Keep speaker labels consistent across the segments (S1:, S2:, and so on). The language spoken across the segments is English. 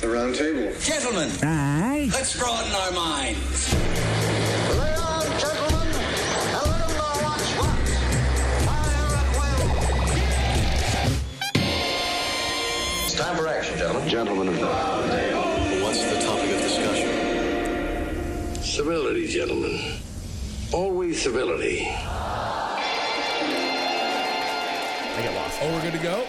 S1: the round table.
S2: Gentlemen,
S3: Aye.
S2: let's broaden our minds.
S1: Lay on, gentlemen, and let 'em know what's what. Fire at will. It's time for action, gentlemen. Gentlemen of
S4: What's the topic of discussion?
S5: Civility, gentlemen. Always civility.
S6: I get lost.
S7: Oh, we're good to go?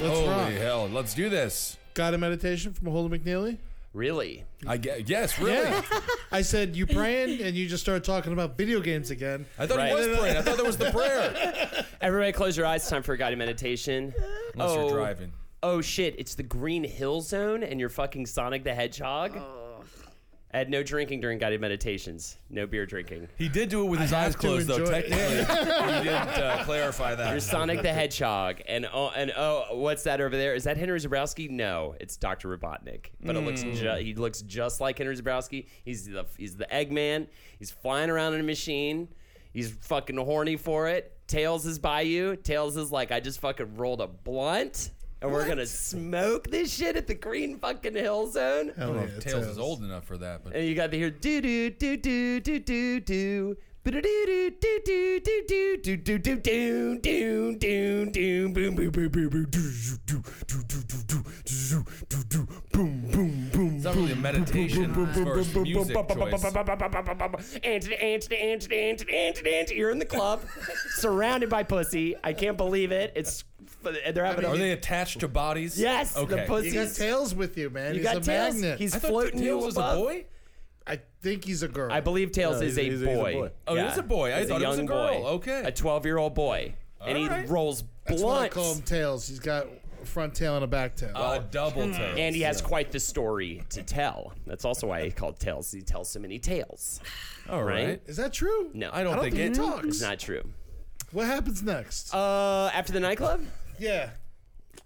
S7: Let's
S8: Holy
S7: rock.
S8: hell, let's do this.
S7: Got a meditation from Holden McNeely?
S6: Really?
S8: I get, yes, really.
S7: Yeah. I said, You praying? And you just started talking about video games again.
S8: I thought
S6: Right.
S8: it was praying. I thought that was the prayer.
S6: Everybody close your eyes. It's time for a guided meditation.
S8: Unless
S6: oh,
S8: you're driving.
S6: Oh shit, it's the Green Hill Zone and you're fucking Sonic the Hedgehog. Add no drinking during guided meditations. No beer drinking.
S8: He did do it with his
S7: have
S8: eyes
S7: to
S8: closed, though.
S7: enjoy it.
S8: Technically, he didn't uh, clarify that.
S6: You're Sonic the Hedgehog, and oh, and oh, what's that over there? Is that Henry Zabrowski? No, it's Doctor Robotnik. But it looks ju- he looks just like Henry Zabrowski. He's the he's the Eggman. He's flying around in a machine. He's fucking horny for it. Tails is by you. Tails is like, I just fucking rolled a blunt, and we're gonna smoke this shit at the Green fucking Hill Zone.
S8: I
S7: Hell
S8: don't know
S7: yeah,
S8: if Tails is old enough for that, but
S6: And you got to hear do do do do do do do.
S8: it's not really a meditation. It's more of a music choice.
S6: Anthony, Anthony, Anthony, Anthony, Anthony, Anthony. You're in the club, surrounded by pussy. I can't believe it. It's they're having.
S8: Are
S6: a,
S8: they attached to bodies?
S6: Yes, the
S8: Okay.
S6: pussy-
S7: You got Tails with you, man.
S6: you
S7: he's
S6: got
S7: a
S6: tails.
S7: magnet.
S6: He's
S8: I thought
S6: floating you
S8: Tails was a
S6: above.
S8: boy.
S7: I think he's a girl.
S6: I believe Tails
S8: No,
S6: is
S8: he's-
S6: a,
S8: he's- he's a
S6: boy.
S8: boy. Oh, he is a boy. I
S6: He's
S8: thought he was a
S6: young
S8: girl.
S6: boy.
S8: Okay.
S6: A 12 year old boy. and he
S8: Alright.
S6: rolls
S7: That's what I call
S6: blunts.
S7: him Tails. He's got a front tail and a back tail.
S6: Uh,
S8: Oh, double tails.
S6: Hmm. And he has quite the story to tell. That's also why he called Tails. He tells so many tales.
S8: All right.
S7: is that true?
S6: No.
S8: I don't,
S7: I don't
S8: think,
S7: think
S8: it.
S7: he talks.
S6: It's not true.
S7: What happens next?
S6: Uh, after the nightclub,
S7: yeah.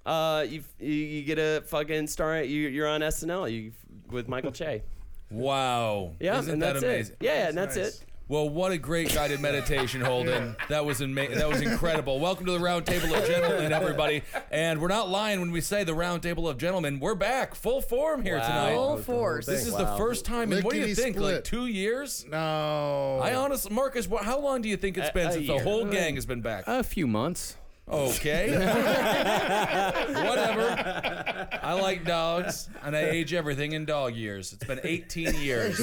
S6: uh, you, you you get a fucking star. You you're on SNL. You with Michael Che.
S8: Wow.
S6: Yeah,
S8: Isn't
S6: and
S8: that
S6: that's
S8: amazing?
S6: it. Yeah, and that's
S7: nice.
S6: it.
S8: Well, what a great guided meditation, Holden. That was ama- that was incredible. Welcome to the round table of gentlemen, everybody. And we're not lying when we say the round table of gentlemen. We're back, full form here
S9: Full
S8: tonight.
S9: force.
S8: This is the first time in what do you
S7: Lickety
S8: think? Like
S7: split.
S8: two years?
S7: No.
S8: I honestly, Marcus, wha- how long do you think it's
S6: A-
S8: been
S6: a
S8: since the
S6: year.
S8: whole gang has been back?
S10: A few months.
S8: Okay. Whatever. I like dogs, and I age everything in dog years. It's been 18 years.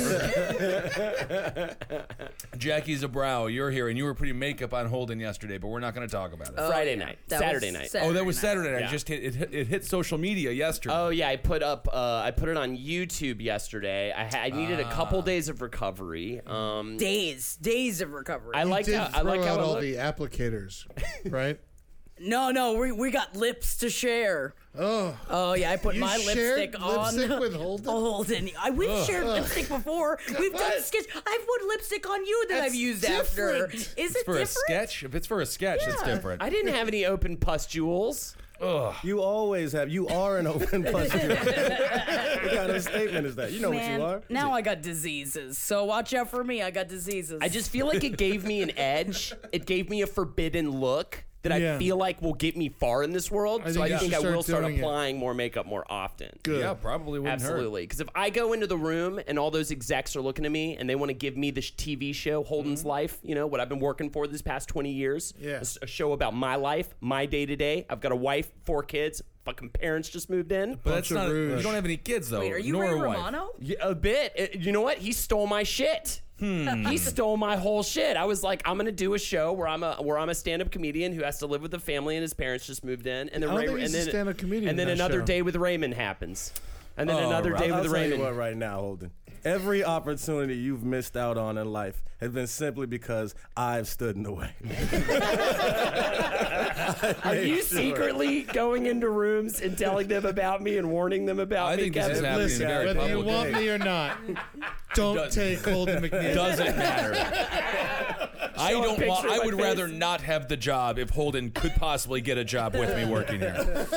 S8: Jackie Zabrow, you're here, and you were putting makeup on Holden yesterday, but we're not going to talk about it.
S7: Oh,
S6: Friday night,
S9: That was
S6: Saturday night.
S8: oh, that was Saturday. night. I
S6: Yeah.
S8: just hit it, hit. it hit social media yesterday.
S6: Oh yeah, I put up uh, I put it on YouTube yesterday. I, ha- I needed a
S7: Ah.
S6: couple days of recovery. Um,
S9: Days, days of recovery.
S6: I like
S7: did
S6: how I
S7: throw
S6: like how
S7: out
S6: it
S7: all
S6: looked.
S7: the applicators, right?
S9: no, no, we, we got lips to share.
S7: Oh,
S9: Oh yeah, I put
S7: You
S9: my
S7: shared
S9: lipstick on.
S7: lipstick with Holden?
S9: Holden. I we've shared lipstick before. We've done sketch. I've put lipstick on you that
S7: That's
S9: I've used after.
S7: different.
S9: Is
S8: it's
S9: it
S8: for
S9: different?
S8: a sketch. If it's for a sketch, it's different.
S6: I didn't have any open pustules.
S11: You always have. You are an open pussy. what kind of statement is that? You know
S9: Man,
S11: what you are.
S9: now I got diseases. So watch out for me. I got diseases.
S6: I just feel like it gave me an edge. It gave me a forbidden look that I
S7: Yeah.
S6: feel like will get me far in this world.
S7: I
S6: so
S7: think
S6: I
S7: you
S6: think I
S7: should start
S6: will start
S7: doing it.
S6: applying more makeup more often.
S7: good.
S8: yeah, probably wouldn't hurt.
S6: Absolutely. Because if I go into the room and all those execs are looking at me and they want to give me the sh- TV show, Holden's Life, you know, what I've been working for this past 20 years,
S7: Mm-hmm. Yeah.
S6: a s- a show about my life, my day to day. I've got a wife, four kids, fucking parents just moved in.
S8: But that's
S7: Bunch of
S8: not. You
S7: rouge.
S8: don't have any kids though.
S9: Wait, are you
S8: nor
S9: Ray
S8: a wife.
S9: Romano?
S6: Yeah, a bit. Uh, you know what? He stole my shit.
S7: Hmm.
S6: He stole my whole shit. I was like, I'm gonna do a show where I'm a where I'm a stand up comedian who has to live with a family and his parents just moved in, and then
S7: I don't
S6: Ray,
S7: think
S6: and
S7: he's a
S6: then
S7: stand-up comedian
S6: and then
S7: in that
S6: another
S7: show.
S6: day with Raymond happens, and then
S8: Oh,
S6: another
S8: right.
S6: day
S11: I'll
S6: with
S11: tell you what
S6: Raymond.
S11: right now, Holden. Every opportunity you've missed out on in life has been simply because I've stood in the way.
S6: Are you
S11: Sure.
S6: secretly going into rooms and telling them about me and warning them about
S8: I
S6: me?
S8: think this
S6: Kevin?
S8: is happening
S7: Listen,
S8: very
S7: whether you
S8: publicly.
S7: want me or not, don't
S8: Doesn't-
S7: take Holden McNeil.
S8: doesn't matter. I
S6: Show a
S8: don't
S6: picture
S8: want.
S6: of
S8: I
S6: my
S8: would
S6: face.
S8: rather not have the job if Holden could possibly get a job with me working here.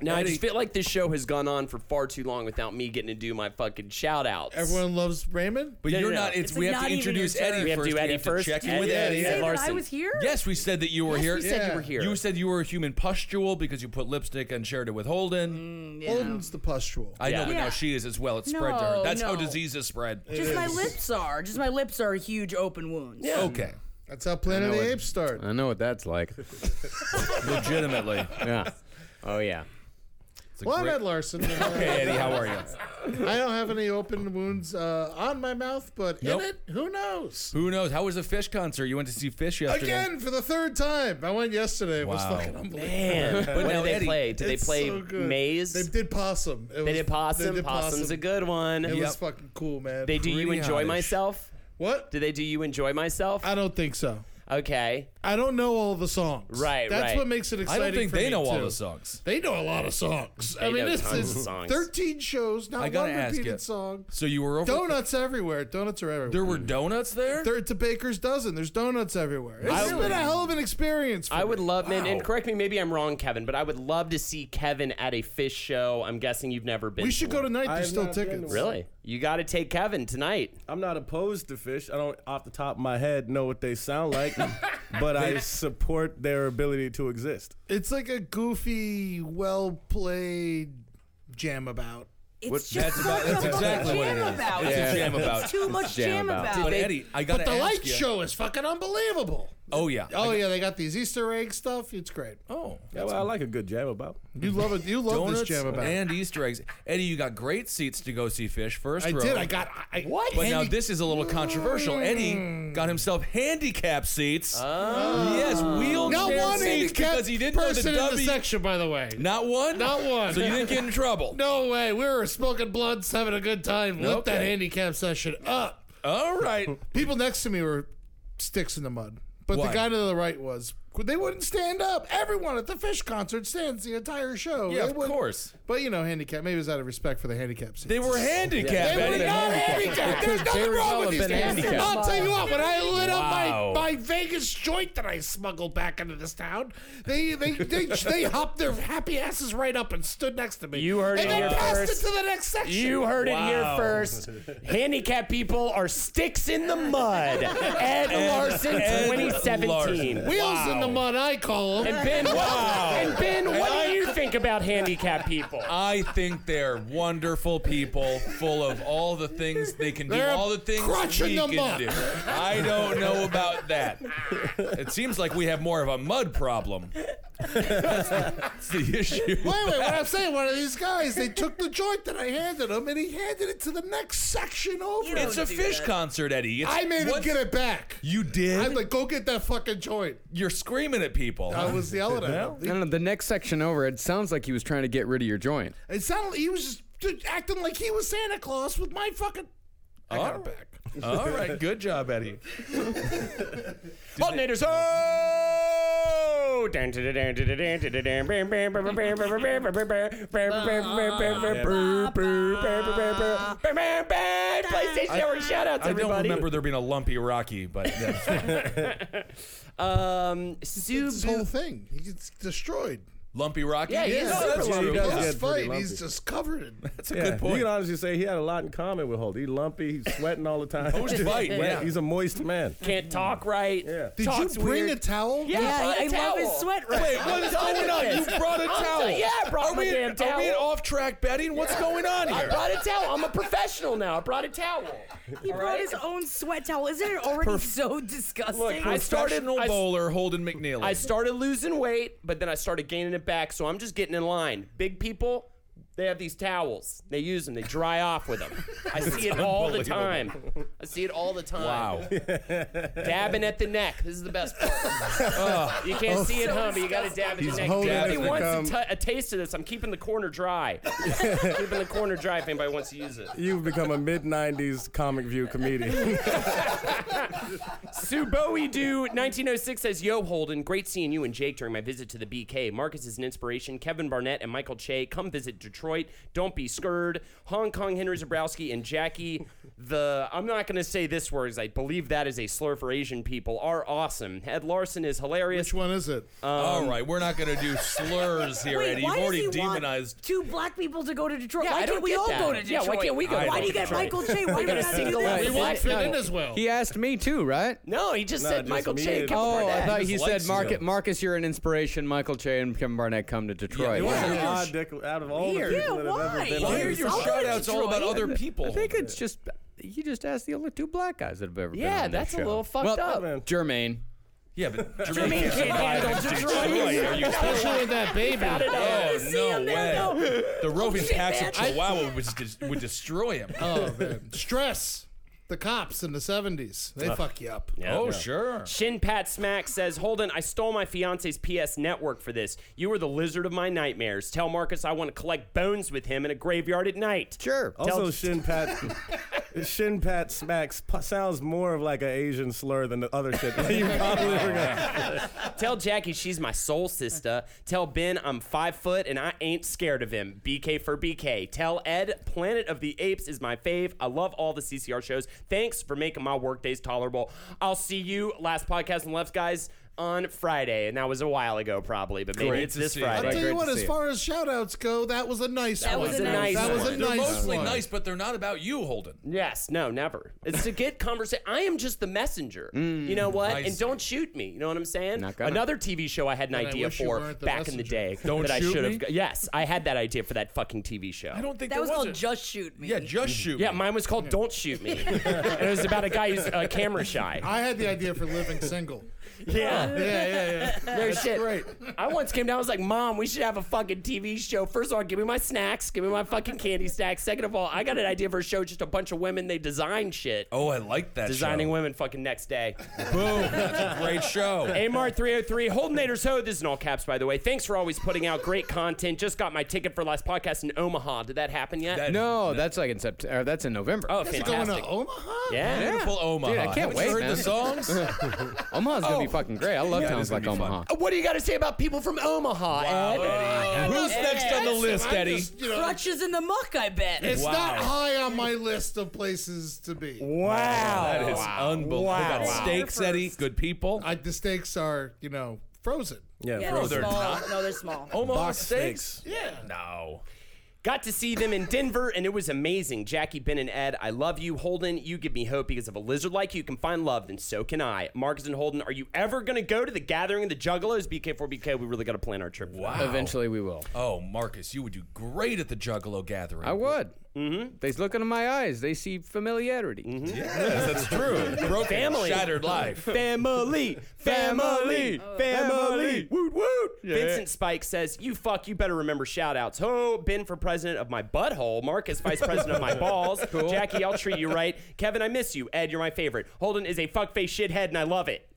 S6: Now I
S8: Eddie-
S6: just feel like this show has gone on for far too long without me getting to do my fucking shout outs.
S10: Everyone loves Raymond.
S8: But
S6: No,
S8: you're
S6: no, no.
S8: not. It's,
S9: It's
S8: we have
S9: not
S8: to
S9: even
S8: introduce
S9: your turn.
S8: Eddie
S6: we have
S8: first.
S6: to do Eddie
S8: have to
S6: first.
S8: check in
S6: Eddie,
S8: with
S10: Eddie.
S8: Eddie.
S9: Say that I
S6: Larson.
S9: was here.
S8: Yes, we said that you were here.
S6: You said you
S10: Yeah.
S6: were here.
S8: You said you were a human pustule because you put lipstick and shared it with Holden.
S10: Holden's the pustule.
S8: I know,
S6: Mm, Yeah.
S8: but now
S9: Yeah.
S8: she is as well. It's spread to her.
S9: No,
S8: That's how
S9: no.
S8: diseases spread.
S9: Just my lips are. Just my lips are huge open wounds.
S8: Okay.
S10: That's how Planet of the Apes started.
S6: I know what that's like.
S8: Legitimately.
S6: yeah. Oh yeah.
S10: Well, I'm Ed Larson. and, uh,
S8: Hey, Eddie, how are you?
S10: I don't have any open wounds uh, on my mouth, but
S8: Nope.
S10: in it, who knows?
S8: Who knows? How was the fish concert? You went to see fish yesterday.
S10: Again, for the third time. I went yesterday. It was
S8: Wow.
S10: fucking unbelievable.
S6: Man, what
S8: now,
S6: did they
S8: Eddie,
S6: play? Did they
S10: It's
S6: play
S10: so good.
S6: Maze?
S10: They did possum. It
S6: They
S10: was-
S6: did Possum.
S10: did
S6: Possum's a good one.
S10: It
S8: Yep.
S10: was fucking cool, man.
S6: They do you
S8: pretty
S6: enjoy
S8: hottish.
S6: myself?
S10: what?
S6: Do they do you enjoy myself?
S10: I don't think so.
S6: okay.
S10: I don't know all the songs.
S6: Right,
S10: That's
S6: right.
S10: what makes it
S8: I
S10: exciting.
S8: don't think
S10: for
S8: they
S10: me,
S8: know all
S10: too.
S8: the songs.
S10: They know a lot of songs. I
S6: They
S10: mean,
S6: know
S10: this
S6: tons
S10: is
S6: of songs.
S10: thirteen shows, not
S8: I gotta
S10: one
S8: ask
S10: repeated
S8: you.
S10: song.
S8: So you were over.
S10: Donuts everywhere. Donuts are everywhere.
S8: There were donuts there?
S10: There- it's a baker's dozen. There's donuts everywhere. It's
S6: I would-
S10: been a hell of an experience. For
S6: I
S10: me.
S6: would love, man, and
S8: Wow.
S6: correct me, maybe I'm wrong, Kevin, but I would love to see Kevin at a fish show. I'm guessing you've never been.
S10: We should go
S6: one.
S10: tonight.
S11: I
S10: There's
S11: have
S10: still
S11: not been to
S10: tickets.
S11: one.
S6: Really? You got to take Kevin tonight.
S11: I'm not opposed to fish. I don't, off the top of my head, know what they sound like, but I support their ability to exist.
S10: It's like a goofy, well played jam about.
S9: It's just
S8: that's about-
S9: such
S8: that's
S9: a
S8: exactly what
S9: fucking
S8: it
S9: jam
S8: is.
S9: about.
S8: It's a jam about.
S9: It's too much jam,
S6: about.
S9: about.
S8: But
S9: it.
S8: Eddie, I got to
S10: But the
S8: ask
S10: light
S8: you.
S10: show is fucking unbelievable.
S8: Oh yeah.
S10: Oh yeah, they got these Easter egg stuff. It's great.
S8: Oh.
S11: Yeah, well, I like a good jab about.
S10: You love it. You love this
S8: Donuts
S10: jam about.
S8: and Easter eggs. Eddie, you got great seats to go see Fish first
S10: I
S8: row.
S10: did. I got. I, what?
S8: But now this is a little controversial. Eddie got himself handicap seats. Yes, wheelchair
S10: Not one
S8: seats
S10: handicapped
S8: because he didn't know the
S10: person in
S8: W.
S10: the section, by the way.
S8: Not one.
S10: Not one.
S8: So you didn't get in trouble.
S10: No way. We were smoking blunts, having a good time. Let that
S8: Okay.
S10: handicap session up.
S8: All right.
S10: People next to me were sticks in the mud, but
S8: Why?
S10: the guy to the right was. They wouldn't stand up. Everyone at the fish concert stands the entire show.
S8: Yeah,
S10: They
S8: of
S10: wouldn't-
S8: course.
S10: But you know, handicap. Maybe it's out of respect for the handicap. seats.
S8: They were handicapped.
S10: They were
S8: Eddie.
S10: not handicapped. There's nothing wrong with these guys.
S9: handicapped.
S10: I'll tell you what. When I lit
S8: Wow.
S10: up my, my Vegas joint that I smuggled back into this town, they they they, they hopped their happy asses right up and stood next to me.
S6: You heard
S10: and
S6: it
S10: then
S6: here
S10: passed
S6: first.
S10: it to the next section.
S6: You heard it here
S8: Wow.
S6: first. Handicapped people are sticks in the mud. Ed Larson,
S8: Ed
S6: 2017.
S8: Larson.
S10: Wheels in the mud, I call them.
S6: And Ben,
S8: Wow.
S6: and Ben, what do you think about handicapped people?
S8: I think they're wonderful people, full of all the things they can do,
S10: They're
S8: all the things
S10: crunching
S8: we
S10: them
S8: can
S10: up.
S8: do. I don't know about that. It seems like we have more of a mud problem. That's, that's the issue.
S10: Wait, wait, what I'm saying, one of these guys, they took the joint that I handed him and he handed it to the next section over.
S8: It's a
S9: do
S8: fish
S9: that.
S8: concert, Eddie. It's,
S10: I made him
S8: what-
S10: get it back.
S8: You did.
S10: I'm like, go get that fucking joint.
S8: You're screaming at people.
S10: I was yelling at him.
S12: I don't know. The next section over, it sounds like he was trying to get rid of your joint.
S10: It sounded he was just acting like he was Santa Claus with my fucking. I got
S8: Oh.
S10: it back.
S8: All right, good job, Eddie.
S6: Alternators, ho! PlayStation Network shoutouts,
S8: I don't
S6: everybody.
S8: remember there being a lumpy Rocky, but yeah.
S6: Um,
S10: This whole
S6: Subu.
S10: thing, he gets destroyed.
S8: Lumpy Rocky.
S6: Yeah, he is super
S8: that's
S6: lumpy.
S8: true.
S11: He does
S10: Last
S11: get pretty
S10: fight,
S11: lumpy.
S10: he's just covered in.
S8: That's a
S11: Yeah,
S8: good point.
S11: You can honestly say he had a lot in common with Holt. He's lumpy, he's sweating all the time.
S8: Post-fight,
S11: Wet,
S8: yeah.
S11: He's a moist man.
S6: Can't talk right.
S11: Yeah.
S10: Did
S6: Talks
S10: you bring
S6: weird.
S10: a towel?
S6: Yeah,
S9: Yeah,
S6: brought a
S9: I love his
S6: towel.
S9: sweat right
S8: Wait, what is going on? You brought a
S6: I'm
S8: towel.
S6: t- yeah, I brought
S8: are
S6: my
S8: we
S6: damn
S8: in, Are we in
S6: towel.
S8: off-track betting? What's going on
S6: I
S8: here?
S6: brought a towel. I'm a professional now. I brought a towel.
S9: He brought his own sweat towel. Isn't it already so disgusting?
S6: I started-
S8: Professional
S6: I s-
S8: bowler Holden McNeely.
S6: I started losing weight, but then I started gaining it back. So I'm just getting in line. Big people, they have these towels. They use them. They dry off with them. I see it all the time. I see it all the time.
S8: wow.
S6: Dabbing at the neck. This is the best part. you can't see it, huh? But you got to dab at the neck.
S11: Oh. holding
S6: If
S11: it
S6: anybody
S11: to
S6: wants a,
S11: come.
S6: t- a taste of this, I'm keeping the corner dry. keeping the corner dry if anybody wants to use it.
S11: You've become a mid 90s comic view comedian.
S6: Sue Bowie Do 1906 says, Yo, Holden, great seeing you and Jake during my visit to the BK. Marcus is an inspiration. Kevin Barnett and Michael Che, come visit Detroit. Don't be scared. Hong Kong Henry Zabrowski and Jackie, the, I'm not going to say this word 'cause I believe that is a slur for Asian people, are awesome. Ed Larson is hilarious.
S10: Which one is it?
S8: All right, we're not going to do slurs here,
S9: Wait,
S8: Eddie.
S9: why
S8: You've
S9: does
S8: already
S9: he
S8: demonized.
S9: want two black people to go to Detroit?
S6: Yeah, I
S9: why
S6: don't
S9: can't we
S6: get
S9: all
S6: that.
S9: go to
S6: Yeah,
S9: Detroit?
S6: why can't we go
S9: Why
S6: to
S9: do you get
S6: Detroit?
S9: Michael J? Why do
S6: gotta
S9: you have to do
S6: single out
S9: that?
S10: We
S6: Is
S10: won't
S6: it?
S10: fit
S6: No.
S10: in as well.
S3: He asked me too, right?
S6: No, he just
S11: Nah,
S6: said
S11: just
S6: Michael
S11: me
S6: Che and
S11: and-
S6: Kevin
S11: Oh,
S3: Oh,
S6: Barnett.
S3: I thought
S11: He
S3: you
S11: just
S3: said
S11: likes
S3: Marcus.
S11: you.
S3: Marcus, you're an inspiration. Michael Che and Kevin Barnett come to Detroit.
S11: You're
S9: Yeah.
S11: an odd dick out of all
S9: Weird.
S11: the people
S9: Yeah,
S11: that have
S9: why?
S11: ever been
S8: Why are
S11: on
S9: Here's-
S8: your
S9: I'll go
S8: shout
S9: to
S8: outs all about
S9: Detroit.
S8: other people?
S3: I think it's just you just asked the only two black guys that have ever been.
S6: Yeah,
S3: on
S6: that's
S3: this
S6: a
S3: show.
S6: little fucked
S3: well,
S6: up.
S11: Man.
S3: Jermaine.
S8: yeah, but
S9: Jermaine
S8: Jermaine
S9: can't handle Detroit.
S8: Are you kidding?
S10: Especially with that baby.
S8: Oh
S9: see
S8: no
S9: him there,
S8: way! The roving
S9: shit,
S8: packs of
S9: man.
S8: Chihuahua would, just, would destroy him.
S10: Oh, man. Stress. The cops in the 70s. They fuck you up.
S8: oh sure.
S6: Shin Pat Smack says, Holden, I stole my fiance's PS network for this. You were the lizard of my nightmares. Tell Marcus I want to collect bones with him in a graveyard at night.
S3: Sure.
S6: Tell-
S11: Also, shin pat, shin pat smacks p- sounds more of like an Asian slur than the other shit. that you probably were gonna-
S6: Tell Jackie she's my soul sister. Tell Ben I'm five foot and I ain't scared of him. BK for BK. Tell Ed Planet of the Apes is my fave. I love all the CCR shows. Thanks for making my workdays tolerable. I'll see you last podcast and left guys on Friday, and that was a while ago probably, but maybe
S8: Great
S6: it's
S8: to
S6: this
S8: see you.
S10: I'll
S6: Friday.
S10: tell you
S3: great
S10: what,
S3: to
S10: as
S3: see
S10: far as shout outs go, that was a nice
S9: That
S10: one.
S9: was a nice
S10: That was a
S6: one.
S10: nice
S8: They're mostly
S10: one.
S8: nice, but they're not about you, Holden.
S6: Yes, no, never. It's to get conversation. I am just the messenger. you know what?
S8: I
S6: and
S8: see.
S6: don't shoot me. You know what I'm saying?
S3: Not gonna.
S6: Another TV show I had an
S10: I
S6: idea
S10: wish you
S6: for
S10: weren't the
S6: back in the day
S10: messenger.
S8: Don't
S6: that I
S8: shoot
S6: should
S8: me?
S6: have. g- Yes, I had that idea for that fucking TV show.
S8: I don't think
S9: That
S8: there
S9: was
S8: was
S9: called
S8: a-
S9: Just Shoot Me.
S8: Yeah, just shoot.
S6: yeah, mine was called "Don't Shoot Me." and it was about a guy who's uh, camera shy.
S10: I had the idea for living single.
S6: Yeah,
S10: Yeah, yeah, yeah.
S6: no shit.
S10: great.
S6: I once came down. I was like, "Mom, we should have a fucking TV show. First of all, give me my snacks. Give me my fucking candy snacks. Second of all, I got an idea for a show. Just a bunch of women. They design shit.
S8: Oh, I like that.
S6: Designing
S8: show.
S6: women. Fucking next day.
S8: Boom! That's a great show.
S6: Amar 303, Holdenators Ho. This is in all caps, by the way. Thanks for always putting out great content. Just got my ticket for last podcast in Omaha. Did that happen yet?
S8: That-
S3: No, that's like in September. That's in November.
S6: oh,
S10: Is it going to
S6: fantastic.
S10: Omaha?
S6: Yeah.
S8: Beautiful Omaha.
S3: Dude, I can't
S8: Haven't you
S3: wait,
S8: Heard
S3: man.
S8: the songs? Oh.
S3: Omaha's gonna be fucking great. I love
S8: Yeah,
S3: towns
S8: it's gonna
S3: like
S8: be fun.
S3: Omaha.
S6: Uh, What do you got to say about people from Omaha, Ed?
S8: Uh, who's next on the list,
S10: I'm
S8: Eddie?
S10: just, you know,
S9: Crutches in the muck, I bet.
S10: it's
S8: Wow.
S10: not high on my list of places to be.
S6: Wow.
S8: That is unbelievable.
S6: Wow.
S8: They got
S6: Wow.
S8: Steaks, Eddie. Good people.
S10: I, the stakes are, you know, frozen.
S11: yeah,
S9: Yeah,
S11: bro.
S9: they're
S8: they're
S9: small.
S8: not. Oh.
S9: No, they're small.
S8: Omaha
S11: Box
S8: steaks.
S11: steaks.
S10: Yeah.
S8: No.
S6: Got to see them in Denver, and it was amazing. Jackie, Ben, and Ed, I love you. Holden, you give me hope because if a lizard like you can find love, then so can I. Marcus and Holden, are you ever going to go to the gathering of the Juggalos? BK4BK, we really got to plan our trip. for that.
S8: Wow.
S3: Eventually, we will.
S8: Oh, Marcus, you would do great at the Juggalo gathering.
S3: I would. Mm-hmm. They look into my eyes. They see familiarity.
S8: Yes, that's true. Broken,
S6: Family.
S8: shattered life.
S6: Family, family, Oh. family. Woot woot. Vincent Spike says, "You fuck. You better remember shout outs. Ho, Ben for president of my butthole. Marcus vice president of my balls. Jackie, I'll treat you right. Kevin, I miss you. Ed, you're my favorite. Holden is a fuckface shithead, and I love it.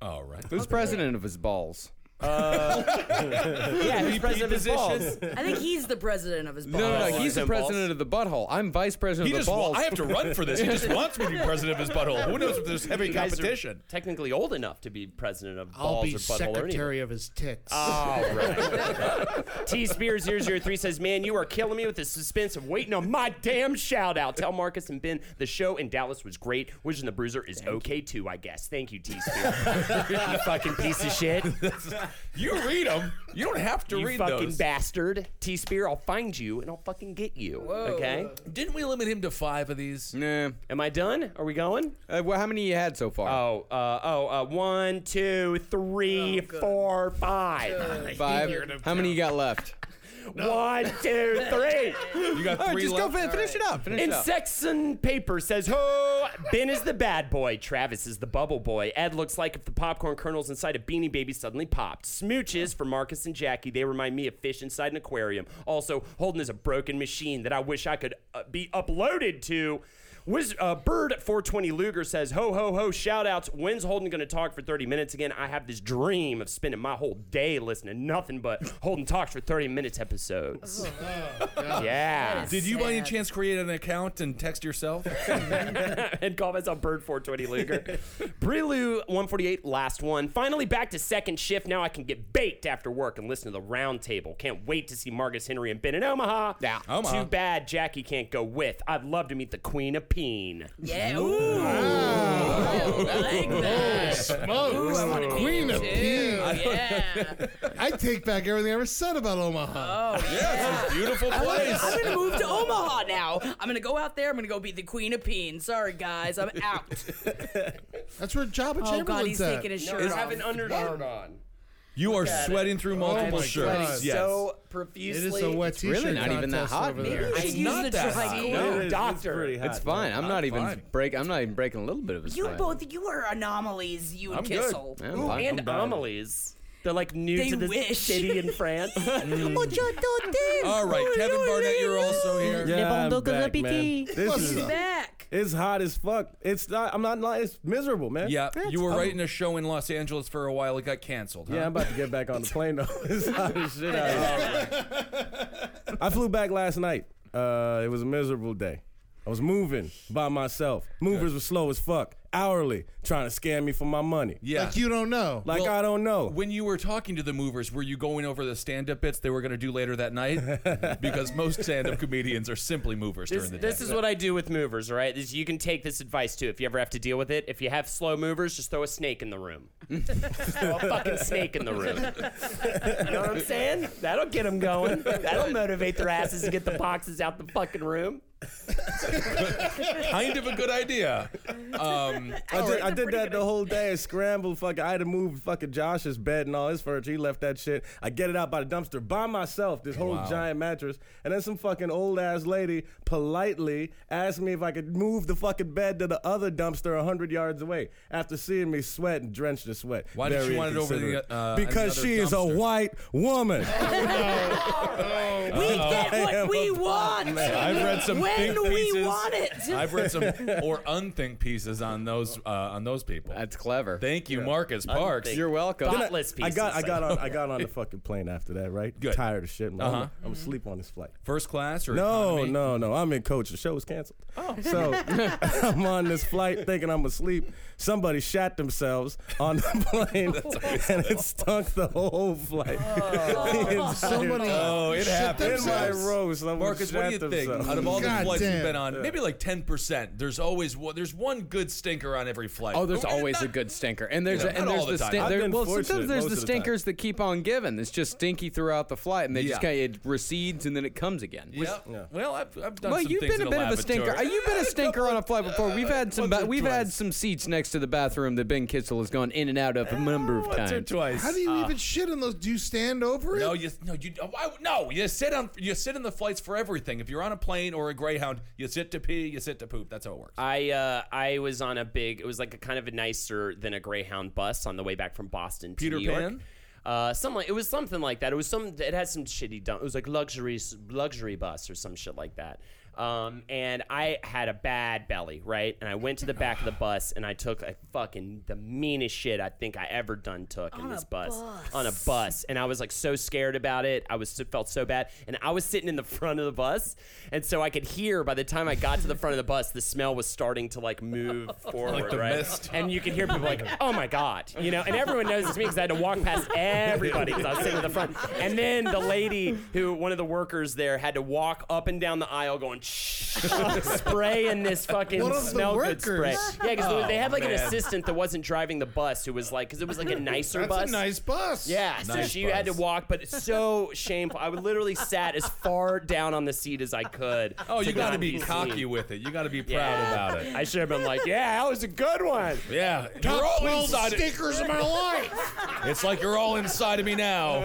S8: All right.
S3: Who's president of his balls?
S6: Yeah, he's
S8: VP
S6: president of his balls.
S8: positions.
S9: I think he's the president of his
S3: No, no,
S9: ball.
S3: no. He's the
S6: Balls.
S3: president of the butthole. I'm vice president
S8: He
S3: of
S8: just
S3: the
S8: wa-
S3: balls.
S8: I have to run for this. He just wants me to be president of his butthole. Who knows if there's heavy
S6: You guys are
S8: competition?
S6: technically old enough to be president of
S10: I'll
S6: balls
S10: be
S6: or butthole or anything.
S10: secretary of his tits.
S3: Uh,
S6: All right. T Spears 003 says, Man, you are killing me with the suspense of waiting on my damn shout out. Tell Marcus and Ben the show in Dallas was great. Wishing the Bruiser is okay too, I guess. Thank you, T Spears. you fucking piece of shit.
S8: You read them. You don't have to
S6: You
S8: read
S6: fucking
S8: those.
S6: bastard. T Spear, I'll find you and I'll fucking get you. Okay?
S8: Didn't we limit him to five of these?
S3: nah.
S6: Am I done? Are we going?
S3: Uh, well, how many you had so far?
S6: Oh, uh, oh, uh, one, two, three, four, five.
S3: Five. How many you got left?
S6: One, two, three.
S8: You got
S3: All right,
S8: three
S3: just go
S8: left.
S3: fin- finish it up. Finish it up.
S6: Insects and Paper says, Ho! Ben is the bad boy. Travis is the bubble boy. Ed looks like if the popcorn kernels inside a beanie baby suddenly popped. Smooches for Marcus and Jackie. They remind me of fish inside an aquarium. Also, Holden is a broken machine that I wish I could uh, be uploaded to. Wiz, uh, Bird 420 Luger says, "Ho ho ho! Shout outs. When's Holden going to talk for 30 minutes again? I have this dream of spending my whole day listening to nothing but Holden talks for 30 minutes episodes. yeah,
S8: Did you by any chance create an account and text yourself?
S6: and comments on Bird 420 Luger. Brilu 148, last one. Finally back to second shift. Now I can get baked after work and listen to the round table. Can't wait to see Marcus Henry and Ben in Omaha. Yeah.
S8: Omaha.
S6: Too bad Jackie can't go with. I'd love to meet the Queen of Peen.
S9: Yeah. Ooh. I like that.
S10: Smokes,
S9: I
S10: the
S9: wanna
S10: queen of
S9: Dude,
S10: peen.
S9: yeah.
S10: I take back everything I ever said about Omaha.
S9: Oh,
S8: yeah, it's a beautiful place.
S9: I'm gonna move to Omaha now. I'm gonna go out there. I'm gonna go be the queen of peen. Sorry, guys, I'm out.
S10: That's where Jabba
S9: Oh
S10: Chamberlain's
S9: God, he's
S10: at.
S9: taking his
S6: No,
S9: shirt
S6: I
S9: off.
S6: have an undershirt on.
S8: You are sweating
S3: Oh
S8: through multiple
S10: my
S8: shirts.
S10: God.
S8: Yes.
S6: So
S10: it
S6: profusely.
S10: is a wet t-shirt
S3: really not even that
S10: contest
S3: hot
S10: over
S3: in
S10: there.
S9: I
S8: It's
S9: should use
S8: not
S9: the
S8: that
S9: dry
S8: hot.
S9: cleaner.
S11: It is-
S6: doctor.
S11: pretty hot,
S3: It's fine.
S11: man.
S3: I'm not even
S8: fine.
S3: break. I'm not even breaking a little bit of his.
S9: You
S3: sweat.
S9: both, you are anomalies. You and
S8: I'm good.
S9: Kissel.
S3: Yeah, I'm fine.
S6: and
S3: I'm
S11: done.
S6: Amelie's. They're like new
S9: They
S6: to the
S9: wish.
S6: city in France.
S8: Mm. All right, Kevin Barnett, you're also here.
S11: Yeah, I'm back, man. This
S10: What's
S11: is,
S10: up?
S9: Back.
S11: it's hot as fuck. It's not. I'm not lying. It's miserable, man.
S8: Yeah, you were writing a show in Los Angeles for a while. It got canceled. Huh?
S11: Yeah, I'm about to get back on the plane though. it's hot as shit out here. I flew back last night. Uh, it was a miserable day. I was moving by myself. Movers were slow as fuck. Hourly, trying to scam me for my money.
S8: yeah.
S10: Like you don't know.
S11: Like
S8: Well,
S11: I don't know.
S8: when you were talking to the movers, were you going over the stand-up bits they were going to do later that night? because most stand-up comedians are simply movers
S6: This,
S8: during the day.
S6: this is what I do with movers, all right? This, you can take this advice too if you ever have to deal with it. If you have slow movers, just throw a snake in the room. Just throw a fucking snake in the room. you know what I'm saying? That'll get them going. That'll motivate their asses to get the boxes out the fucking room.
S8: kind of a good idea. Um,
S11: I did, I
S9: That's a
S11: did
S9: pretty
S11: that
S9: good
S11: the whole day. Scrambled, fucking. I had to move fucking Josh's bed and all his furniture. He left that shit. I get it out by the dumpster by myself. This whole giant mattress, and then some fucking old ass lady politely asked me if I could move the fucking bed to the other dumpster hundred yards away. After seeing me sweat and drenched in sweat.
S8: Why did she
S11: Very
S8: want it over the,
S11: inconsiderate.
S8: uh,
S11: because
S8: another
S11: she is a
S8: dumpster?
S11: white woman.
S8: Oh,
S9: We get
S11: I
S9: what
S11: am
S9: we
S11: a
S9: want.
S8: oh, I've read some
S9: when
S8: think
S9: we
S8: pieces.
S9: want it.
S8: I've read some or unthink pieces on those uh, on those people.
S3: That's clever.
S8: Thank you, Marcus Parks.
S6: Unthink.
S3: You're welcome.
S6: Then Thoughtless
S11: I
S6: pieces.
S11: got I got on I got on the fucking plane after that. Right.
S8: Good.
S11: Tired of shit. man. I'm-
S8: Uh-huh.
S11: I'm asleep on this flight.
S8: First class or
S11: No,
S8: economy?
S11: no, no. I'm in coach. The show was canceled. Oh. So I'm on this flight thinking I'm asleep. Somebody shat themselves on the plane and it stunk the whole flight. The entire
S10: Somebody
S11: time.
S8: Oh, it
S10: shit
S8: happened.
S11: in my
S10: themselves.
S11: row, someone
S8: Marcus, what do
S11: shat
S8: you think?
S11: themselves.
S8: Out of all the
S10: God
S8: flights you've
S10: damn.
S8: been on, maybe like ten percent. There's always one, there's one good stinker on every flight.
S3: Oh, there's
S8: Well,
S3: always
S8: not-
S3: a good stinker, and there's
S8: Yeah,
S3: and
S8: not
S3: there's
S8: all
S3: the
S8: the time.
S3: stinker.
S11: I've been
S3: well,
S11: fortunate
S3: sometimes there's
S11: most
S3: the
S11: of the time.
S3: stinkers that keep on giving. It's just stinky throughout the flight, and they just
S8: Yeah.
S3: kind of it recedes and then it comes again.
S8: Yeah. Well, I've, I've done
S3: Well,
S8: some
S3: you've
S8: things
S3: been
S8: in
S3: a bit of a stinker.
S8: lavatory.
S3: Uh, You've been a stinker on a flight before. We've had some.
S8: once
S3: Ba-
S8: or
S3: we've had
S8: twice.
S3: some seats next to the bathroom that Ben Kitzel has gone in and out of a number of
S8: Once or
S3: times.
S8: twice.
S10: How do you
S3: Ah.
S10: even shit in those? Do you stand over it?
S8: No, you no you oh, I- no you sit on you sit in the flights for everything. If you're on a plane or a Greyhound, you sit to pee, you sit to poop. That's how it works.
S6: I uh, I was on a big. It was like a kind of a nicer than a Greyhound bus on the way back from Boston to
S8: Peter
S6: New York.
S8: Pan?
S6: Uh, some like, it was something like that. It was some. It had some shitty. Dump, it was like luxury luxury bus or some shit like that. Um, and I had a bad belly, right? And I went to the back of the bus and I took a fucking the meanest shit I think I ever done took in this bus, on a bus, and I was like so scared about it. I was felt so bad, and I was sitting in the front of the bus, and so I could hear by the time I got to the front of the bus, the smell was starting to like move forward,
S8: the
S6: right?
S8: mist.
S6: and you could hear people like, "Oh my god," you know, and everyone knows it's me because I had to walk past everybody because I was sitting in the front. And then the lady who, one of the workers there, had to walk up and down the aisle going, "Shh," spraying this fucking
S10: One of the
S6: smell good spray.
S10: workers.
S6: Yeah, because they had like an
S8: Oh, man.
S6: assistant that wasn't driving the bus who was like, because it was like a nicer
S10: That's
S6: bus.
S10: a nice bus.
S6: yeah, so
S8: Nice
S6: she had to
S8: bus.
S6: walk, but it's so shameful. I would literally sat as far down on the seat as I could.
S8: Oh, you
S6: got to not
S8: be cocky
S6: seen.
S8: with it. You got to be proud
S6: Yeah.
S8: about it.
S6: I should have been like, yeah, that was a good one.
S8: Yeah,
S10: Top
S8: you're all
S10: twelve
S8: inside.
S10: stickers in my life.
S8: It's like you're all inside of me now.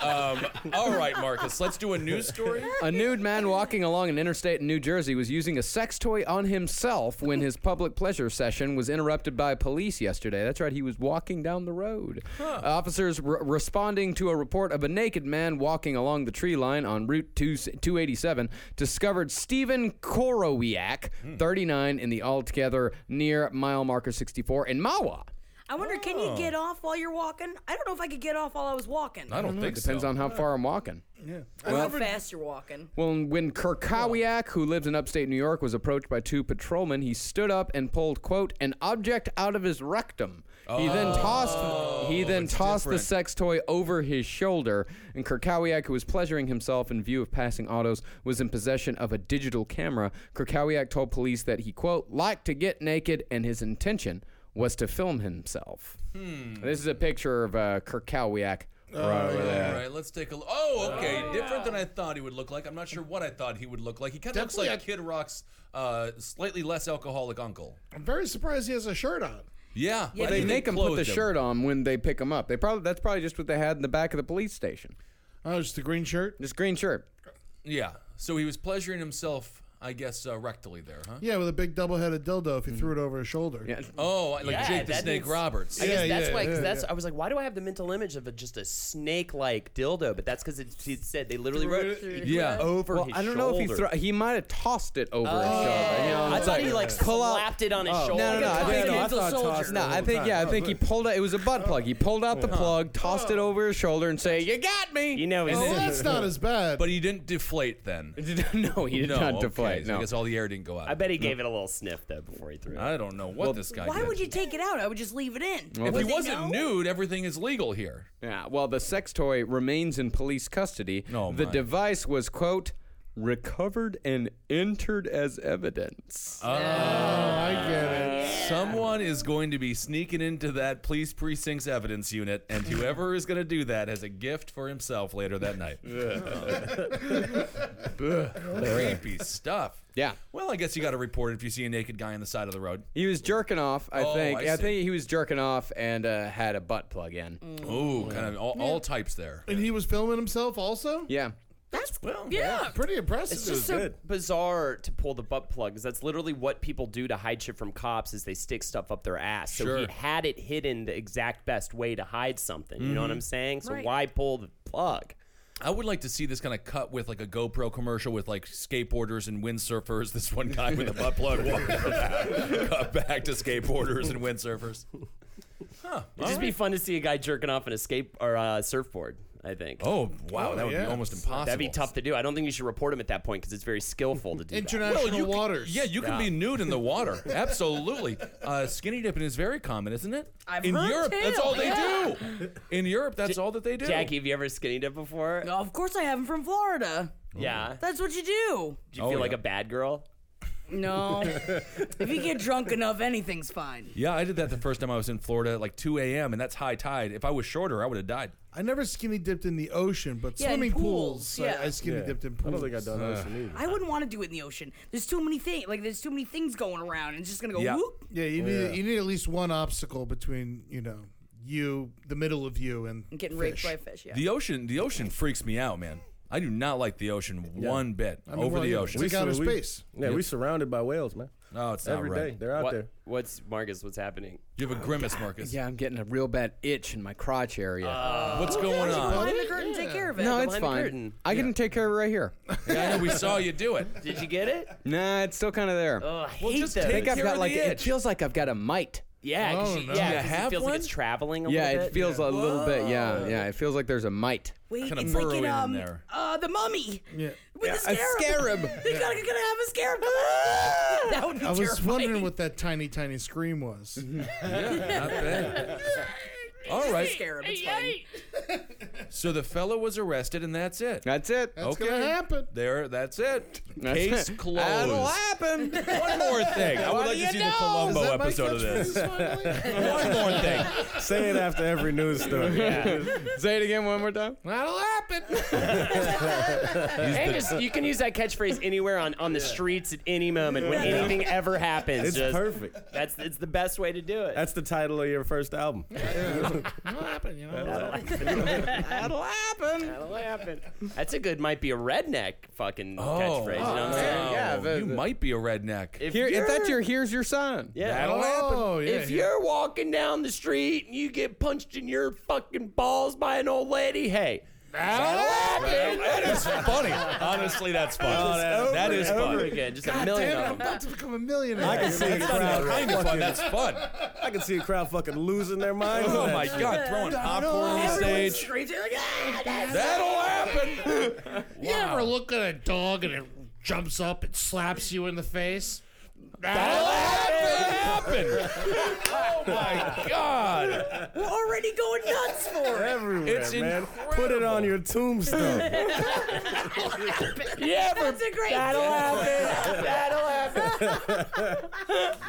S8: Um, all right, Marcus, let's do a news story.
S3: A nude man walking along an interstate State in New Jersey was using a sex toy on himself when his public pleasure session was interrupted by police yesterday. That's right, he was walking down the road. Officers re- responding to a report of a naked man walking along the tree line on Route 2 287 discovered Stephen Korowiak, 39, in the altogether near mile marker 64 in Mawa.
S9: I wonder, can
S8: Oh.
S9: you get off while you're walking? I don't know if I could get off while I was walking.
S3: I don't think Depends on how far I'm walking.
S9: Yeah. Or how fast you're walking.
S3: Well, when Kirkawiak, who lives in upstate New York, was approached by two patrolmen, he stood up and pulled "quote an object out of his rectum." He then tossed he then tossed
S8: different.
S3: the sex toy over his shoulder, and Kirkawiak, who was pleasuring himself in view of passing autos, was in possession of a digital camera. Kirkawiak told police that he quote liked to get naked, and his intention was to film himself. This is a picture of uh, Kirkawiak. right over there.
S8: All right, let's take a look. Oh, okay. Different than I thought he would look like. I'm not sure what I thought he would look like. He kind of looks
S7: Definitely
S8: like
S7: a-
S8: Kid Rock's uh, slightly less alcoholic uncle.
S7: I'm very surprised he has a shirt on.
S8: Yeah.
S9: Yeah,
S8: but
S3: They
S8: they
S3: make them put
S8: clothed
S3: the
S8: him.
S3: shirt on when they pick them up. They probably that's probably just what they had in the back of the police station.
S7: Oh, just a green shirt.
S3: This green shirt.
S8: Yeah. So he was pleasuring himself, I guess, uh, rectally there, huh?
S10: Yeah, with a big double-headed dildo if you threw it over his shoulder.
S3: Yeah.
S8: Oh, like
S6: Yeah,
S8: Jake the
S6: that
S8: Snake
S6: is-
S8: Roberts.
S6: I guess
S10: Yeah,
S6: that's
S10: yeah,
S6: why.
S10: yeah,
S6: Because that's I was like, why do I have the mental image of a, just a snake-like dildo? But that's because it, it said they literally wrote he threw
S8: Yeah.
S6: it over
S3: Well,
S6: his
S3: I don't know if he
S6: shoulder.
S3: threw. He might have tossed it over
S6: Oh.
S3: his shoulder. You know,
S6: I
S3: it's
S6: thought he like
S3: pull out-
S6: slapped it on his shoulder.
S3: No, no, no. I
S9: Like a
S3: think
S9: Yeah,
S3: he-
S9: no, I thought soldier. tossed
S3: No, I think yeah. I think he pulled out. It was a butt plug. He pulled out the plug, tossed it over his shoulder, and say, "You got me."
S6: You know,
S10: Oh,
S6: he's,
S10: that's not as bad.
S8: But he didn't deflate then.
S3: no, he did
S8: no,
S3: not
S8: okay,
S3: deflate.
S8: So I
S3: No.
S8: guess all the air didn't go out.
S6: I bet he gave it a little sniff though before he threw it.
S8: I don't know what this guy
S9: Why
S8: did.
S9: would you take it out? I would just leave it in.
S8: If he
S9: Would they
S8: wasn't
S9: know?
S8: nude, everything is legal here.
S3: Yeah. Well, the sex toy remains in police custody.
S8: No,
S3: the
S8: my.
S3: device was quote recovered and entered as evidence.
S10: I get it.
S8: Someone is going to be sneaking into that police precinct's evidence unit, and whoever is going to do that has a gift for himself later that night. Creepy stuff.
S3: Yeah.
S8: Well, I guess you got to report it if you see a naked guy on the side of the road.
S3: He was jerking off, I
S8: Oh,
S3: think.
S8: I
S3: I,
S8: see.
S3: think he was jerking off and uh, had a butt plug in.
S6: Mm.
S8: Ooh, kind of all, all types there.
S10: And he was filming himself also?
S3: Yeah.
S9: That's
S11: Well,
S9: yeah.
S10: Pretty impressive.
S6: It's just so
S11: good.
S6: bizarre to pull the butt plug because that's literally what people do to hide shit from cops is they stick stuff up their ass. So he
S8: Sure.
S6: had it hidden the exact best way to hide something. You
S8: Mm-hmm.
S6: know what I'm saying? So
S9: Right.
S6: why pull the plug?
S8: I would like to see this kind of cut with like a GoPro commercial with like skateboarders and windsurfers. This one guy with a butt plug walking around. cut back to skateboarders and windsurfers. Huh.
S6: It'd just be fun to see a guy jerking off an escape or uh, surfboard. I think.
S8: Oh wow, that would be almost impossible.
S6: That'd be tough to do. I don't think you should report him at that point because it's very skillful to do. that.
S10: International waters.
S8: yeah, Oh, you can be nude in the water. Absolutely. Uh, skinny dipping is very common, isn't it?
S9: I've
S8: in
S9: heard
S8: Europe, that's
S9: too,
S8: all they
S9: yeah.
S8: do. In Europe, that's all that they do.
S6: Jackie, have you ever skinny dipped before?
S9: Oh, of course I have him from Florida.
S6: Yeah.
S9: That's what you do.
S6: Do you feel
S8: Oh,
S6: like a bad girl?
S9: No. if you get drunk enough, anything's fine.
S8: Yeah, I did that the first time I was in Florida at like 2 a.m. and that's high tide. If I was shorter, I would have died.
S10: I never skinny dipped in the ocean, but
S9: Yeah, in
S10: swimming
S9: pools,
S10: pools,
S9: yeah.
S10: I, I skinny
S11: Yeah.
S10: dipped in
S11: I
S10: pools.
S11: don't think I've done ocean either.
S9: I wouldn't want to do it in the ocean. There's too many things. Like there's too many things going around. And it's just gonna go
S8: Yeah.
S9: whoop.
S10: Yeah,
S11: Oh,
S10: you need you need at least one obstacle between you know you the middle of you and
S9: And getting raped
S10: fish.
S9: by a fish. Yeah.
S8: The ocean, the ocean freaks me out, man. I do not like the ocean one bit.
S10: I mean,
S8: Over
S10: well,
S8: the
S10: yeah,
S8: ocean.
S10: It's like outer
S11: we-
S10: space.
S11: Yeah, we surrounded by whales, man.
S8: No, it's not
S11: Every
S8: right.
S11: day. They're out
S6: What-
S11: there.
S6: What's Marcus? What's happening?
S8: You have a grimace, Marcus. Uh,
S3: Yeah, I'm getting a real bad itch in my crotch area.
S8: What's
S10: Oh,
S8: going on?
S9: Behind the curtain, take care of it.
S3: no,
S6: go
S3: it's
S6: behind the
S3: fine.
S6: curtain.
S3: I can take care of it right here.
S8: Yeah, I know we saw you do it.
S6: Did you get it?
S3: nah, it's still kind of there.
S6: Oh, I
S8: Well,
S6: hate
S8: just
S6: those.
S3: I think
S8: take
S3: I've
S8: care of
S3: got like
S8: the
S3: it
S8: itch.
S3: feels like I've got a mite.
S6: Yeah, 'cause
S10: Oh,
S6: you-
S10: no.
S6: yeah, 'cause
S10: Do you
S6: it
S8: have
S6: feels
S8: one?
S6: like it's traveling a
S3: Yeah,
S6: little bit.
S3: it feels a little bit. Yeah, yeah, it feels like there's a mite.
S9: Wait,
S8: Kinda
S9: it's like
S8: burrowing
S9: in
S8: in
S9: um,
S8: there.
S9: uh, the mummy.
S10: Yeah.
S9: With the
S3: a
S9: scarab.
S3: scarab.
S9: He's gotta, gotta have a scarab. that would be
S10: I was
S9: terrifying.
S10: wondering what that tiny tiny scream was.
S11: Mm-hmm.
S8: Not bad. All
S9: It's a
S8: right.
S9: scarab. It's fine.
S8: So the fellow was arrested, and that's it.
S3: That's it.
S10: That's gonna happen.
S8: There, that's it.
S3: That's
S8: Case
S3: it.
S8: closed.
S3: That'll happen.
S8: One more thing. I would like to see the Columbo episode of this. One more thing.
S11: Say it after every news story.
S3: Say it again one more time.
S10: That'll happen.
S6: And just, you can use that catchphrase anywhere on, on the streets at any moment when anything ever happens.
S11: It's
S6: just,
S11: perfect.
S6: That's it's the best way to do it.
S11: That's the title of your first album.
S10: That'll happen. You know.
S6: That'll happen. That'll happen. That's a good. Might be a redneck fucking catchphrase. You know what I'm saying? Yeah.
S8: wow. Oh, you might be a redneck.
S6: If
S11: Here, if that's
S6: you're-
S11: your here's your sign.
S6: Yeah.
S8: That'll happen.
S10: Oh,
S6: if you're walking down the street and you get punched in your fucking balls by an old lady, hey, that'll happen.
S8: That is funny. Honestly, that's funny.
S11: Oh,
S6: Over
S8: that is
S6: and over
S8: funny.
S6: again, just
S13: God
S6: a million
S13: damn it,
S6: of
S13: I'm
S6: them.
S13: about to become a millionaire.
S14: I can see a crowd
S8: Kind of fun. That's fun.
S14: I can see a crowd fucking losing their mind.
S8: Oh
S14: on that
S8: my
S14: shit.
S8: god, throwing popcorn on
S9: Everyone's
S8: stage.
S9: screaming, like, "Ah, that's
S8: That'll happen.
S10: You ever look at a dog and it jumps up and slaps you in the face?
S8: That'll happen. Oh my god.
S9: We're already going nuts for it.
S14: Everywhere,
S8: It's
S14: man. Put it on your tombstone.
S6: Yeah, but
S9: That's a great
S6: that'll
S9: joke.
S6: happen. That'll happen.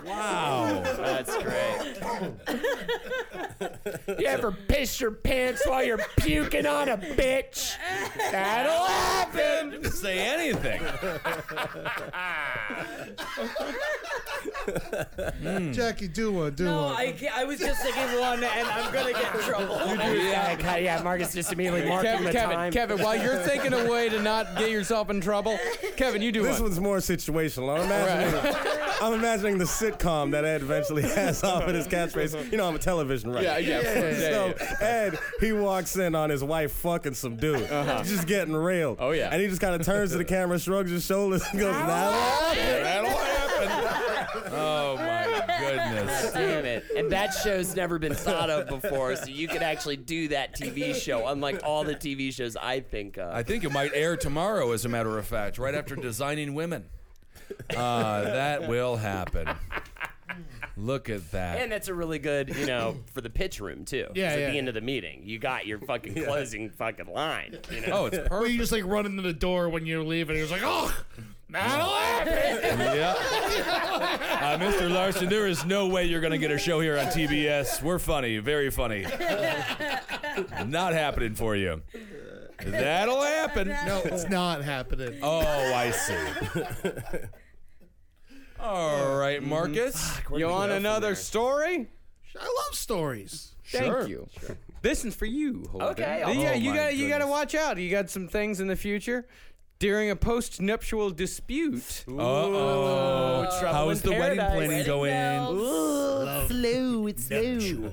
S8: Wow.
S6: That's great.
S10: You ever piss your pants while you're puking on a bitch?
S8: That'll happen. Say anything.
S13: Mm. Jackie, do one, do
S9: No,
S13: one.
S9: I, can't- I was just thinking one, and I'm gonna get in trouble.
S6: Oh, Yeah, God, yeah, Marcus just immediately marking
S11: Kevin,
S6: the
S11: Kevin,
S6: time.
S11: Kevin, while you're thinking a way to not get yourself in trouble, Kevin, you do
S14: This
S11: one.
S14: one's more situational. I'm imagining, I'm imagining the sitcom that Ed eventually has off in his catchphrase. You know, I'm a television writer.
S11: Yeah, yeah, yeah, yeah,
S14: so
S11: yeah.
S14: Ed, he walks in on his wife fucking some dude. He's just getting railed.
S11: Uh-huh. Oh, yeah.
S14: And he just kind of turns to the camera, shrugs his shoulders, and goes, "Nah."
S8: That'll happen. Oh my goodness.
S6: Damn it. And that show's never been thought of before, so you could actually do that TV show, unlike all the TV shows I think of.
S8: I think it might air tomorrow, as a matter of fact, right after Designing Women. Uh, that will happen. Look at that.
S6: and that's a really good, you know, for the pitch room too. 'Cause
S10: Yeah,
S6: At
S10: yeah.
S6: the end of the meeting, you got your fucking closing fucking line. You know,
S8: Oh, it's
S10: Or you
S8: perfect.
S10: just like run into the door when you leave and you're just like, oh, that'll happen.
S8: yeah. Uh, Mr. Larson, there is no way you're going to get a show here on TBS. We're funny, very funny. Not happening for you. That'll happen. No.
S13: it's not happening.
S8: Oh, I see. All right, Marcus.
S11: You want another story?
S10: I love stories.
S11: Thank you. This is for you. Holden.
S6: Okay, I'll-
S11: Yeah,
S8: Oh,
S11: you
S8: my
S11: got you got to
S8: goodness.
S11: watch out. You got some things in the future. During a post-nuptial dispute,
S8: Uh oh. How is the wedding
S6: paradise.
S8: planning
S6: Wedding
S8: going?
S6: slow, it's slow.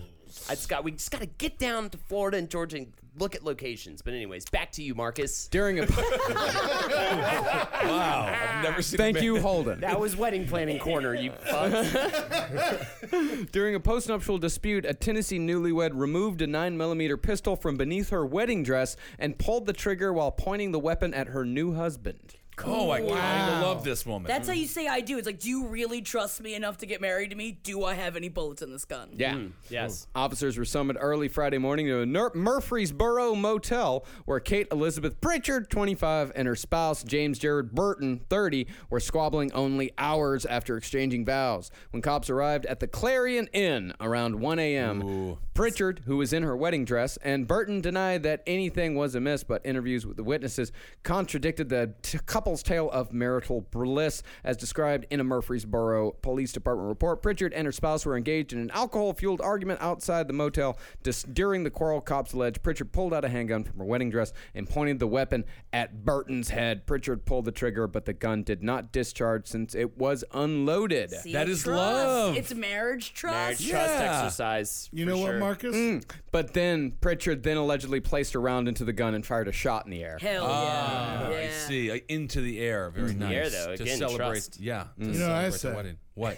S6: I just got we just got to get down to Florida and Georgia and look at locations. But anyways, back to you, Marcus.
S11: during a
S8: Wow. I've never seen a
S11: thank
S8: man-
S11: you, Holden.
S6: That was wedding planning corner. You fucks.
S11: During a postnuptial dispute, a Tennessee newlywed removed a 9mm pistol from beneath her wedding dress and pulled the trigger while pointing the weapon at her new husband.
S8: Oh, I kind of love this woman.
S9: That's how you say I do. It's like, do you really trust me enough to get married to me? Do I have any bullets in this gun?
S11: Yeah.
S6: Yes.
S11: Officers were summoned early Friday morning to a Nur- Murfreesboro motel where Kate Elizabeth Pritchard, 25, and her spouse, James Jared Burton, 30, were squabbling only hours after exchanging vows. When cops arrived at the Clarion Inn around 1 a.m., Pritchard, who was in her wedding dress, and Burton denied that anything was amiss, but interviews with the witnesses contradicted the t- couple's tale of marital bliss as described in a Murfreesboro Police Department report. Pritchard and her spouse were engaged in an alcohol fueled argument outside the motel. Dis- during the quarrel, cops alleged Pritchard pulled out a handgun from her wedding dress and pointed the weapon at Burton's head. Pritchard pulled the trigger, but the gun did not discharge since it was unloaded.
S9: See,
S8: That is
S9: trust.
S8: love.
S9: It's marriage trust.
S6: Marriage trust
S8: Yeah.
S6: exercise.
S13: you
S6: for
S13: know what,
S6: sure.
S13: Marcus?
S11: But then Pritchard then allegedly placed a round into the gun and fired a shot in the air.
S9: Hell yeah.
S8: Ah, I
S9: yeah.
S8: see. Uh, Into the air. Very nice.
S6: air, though.
S8: To
S6: Again,
S8: celebrate.
S6: trust. Mm.
S8: Yeah. To
S13: know what I
S8: celebrate the
S13: said.
S8: wedding. What?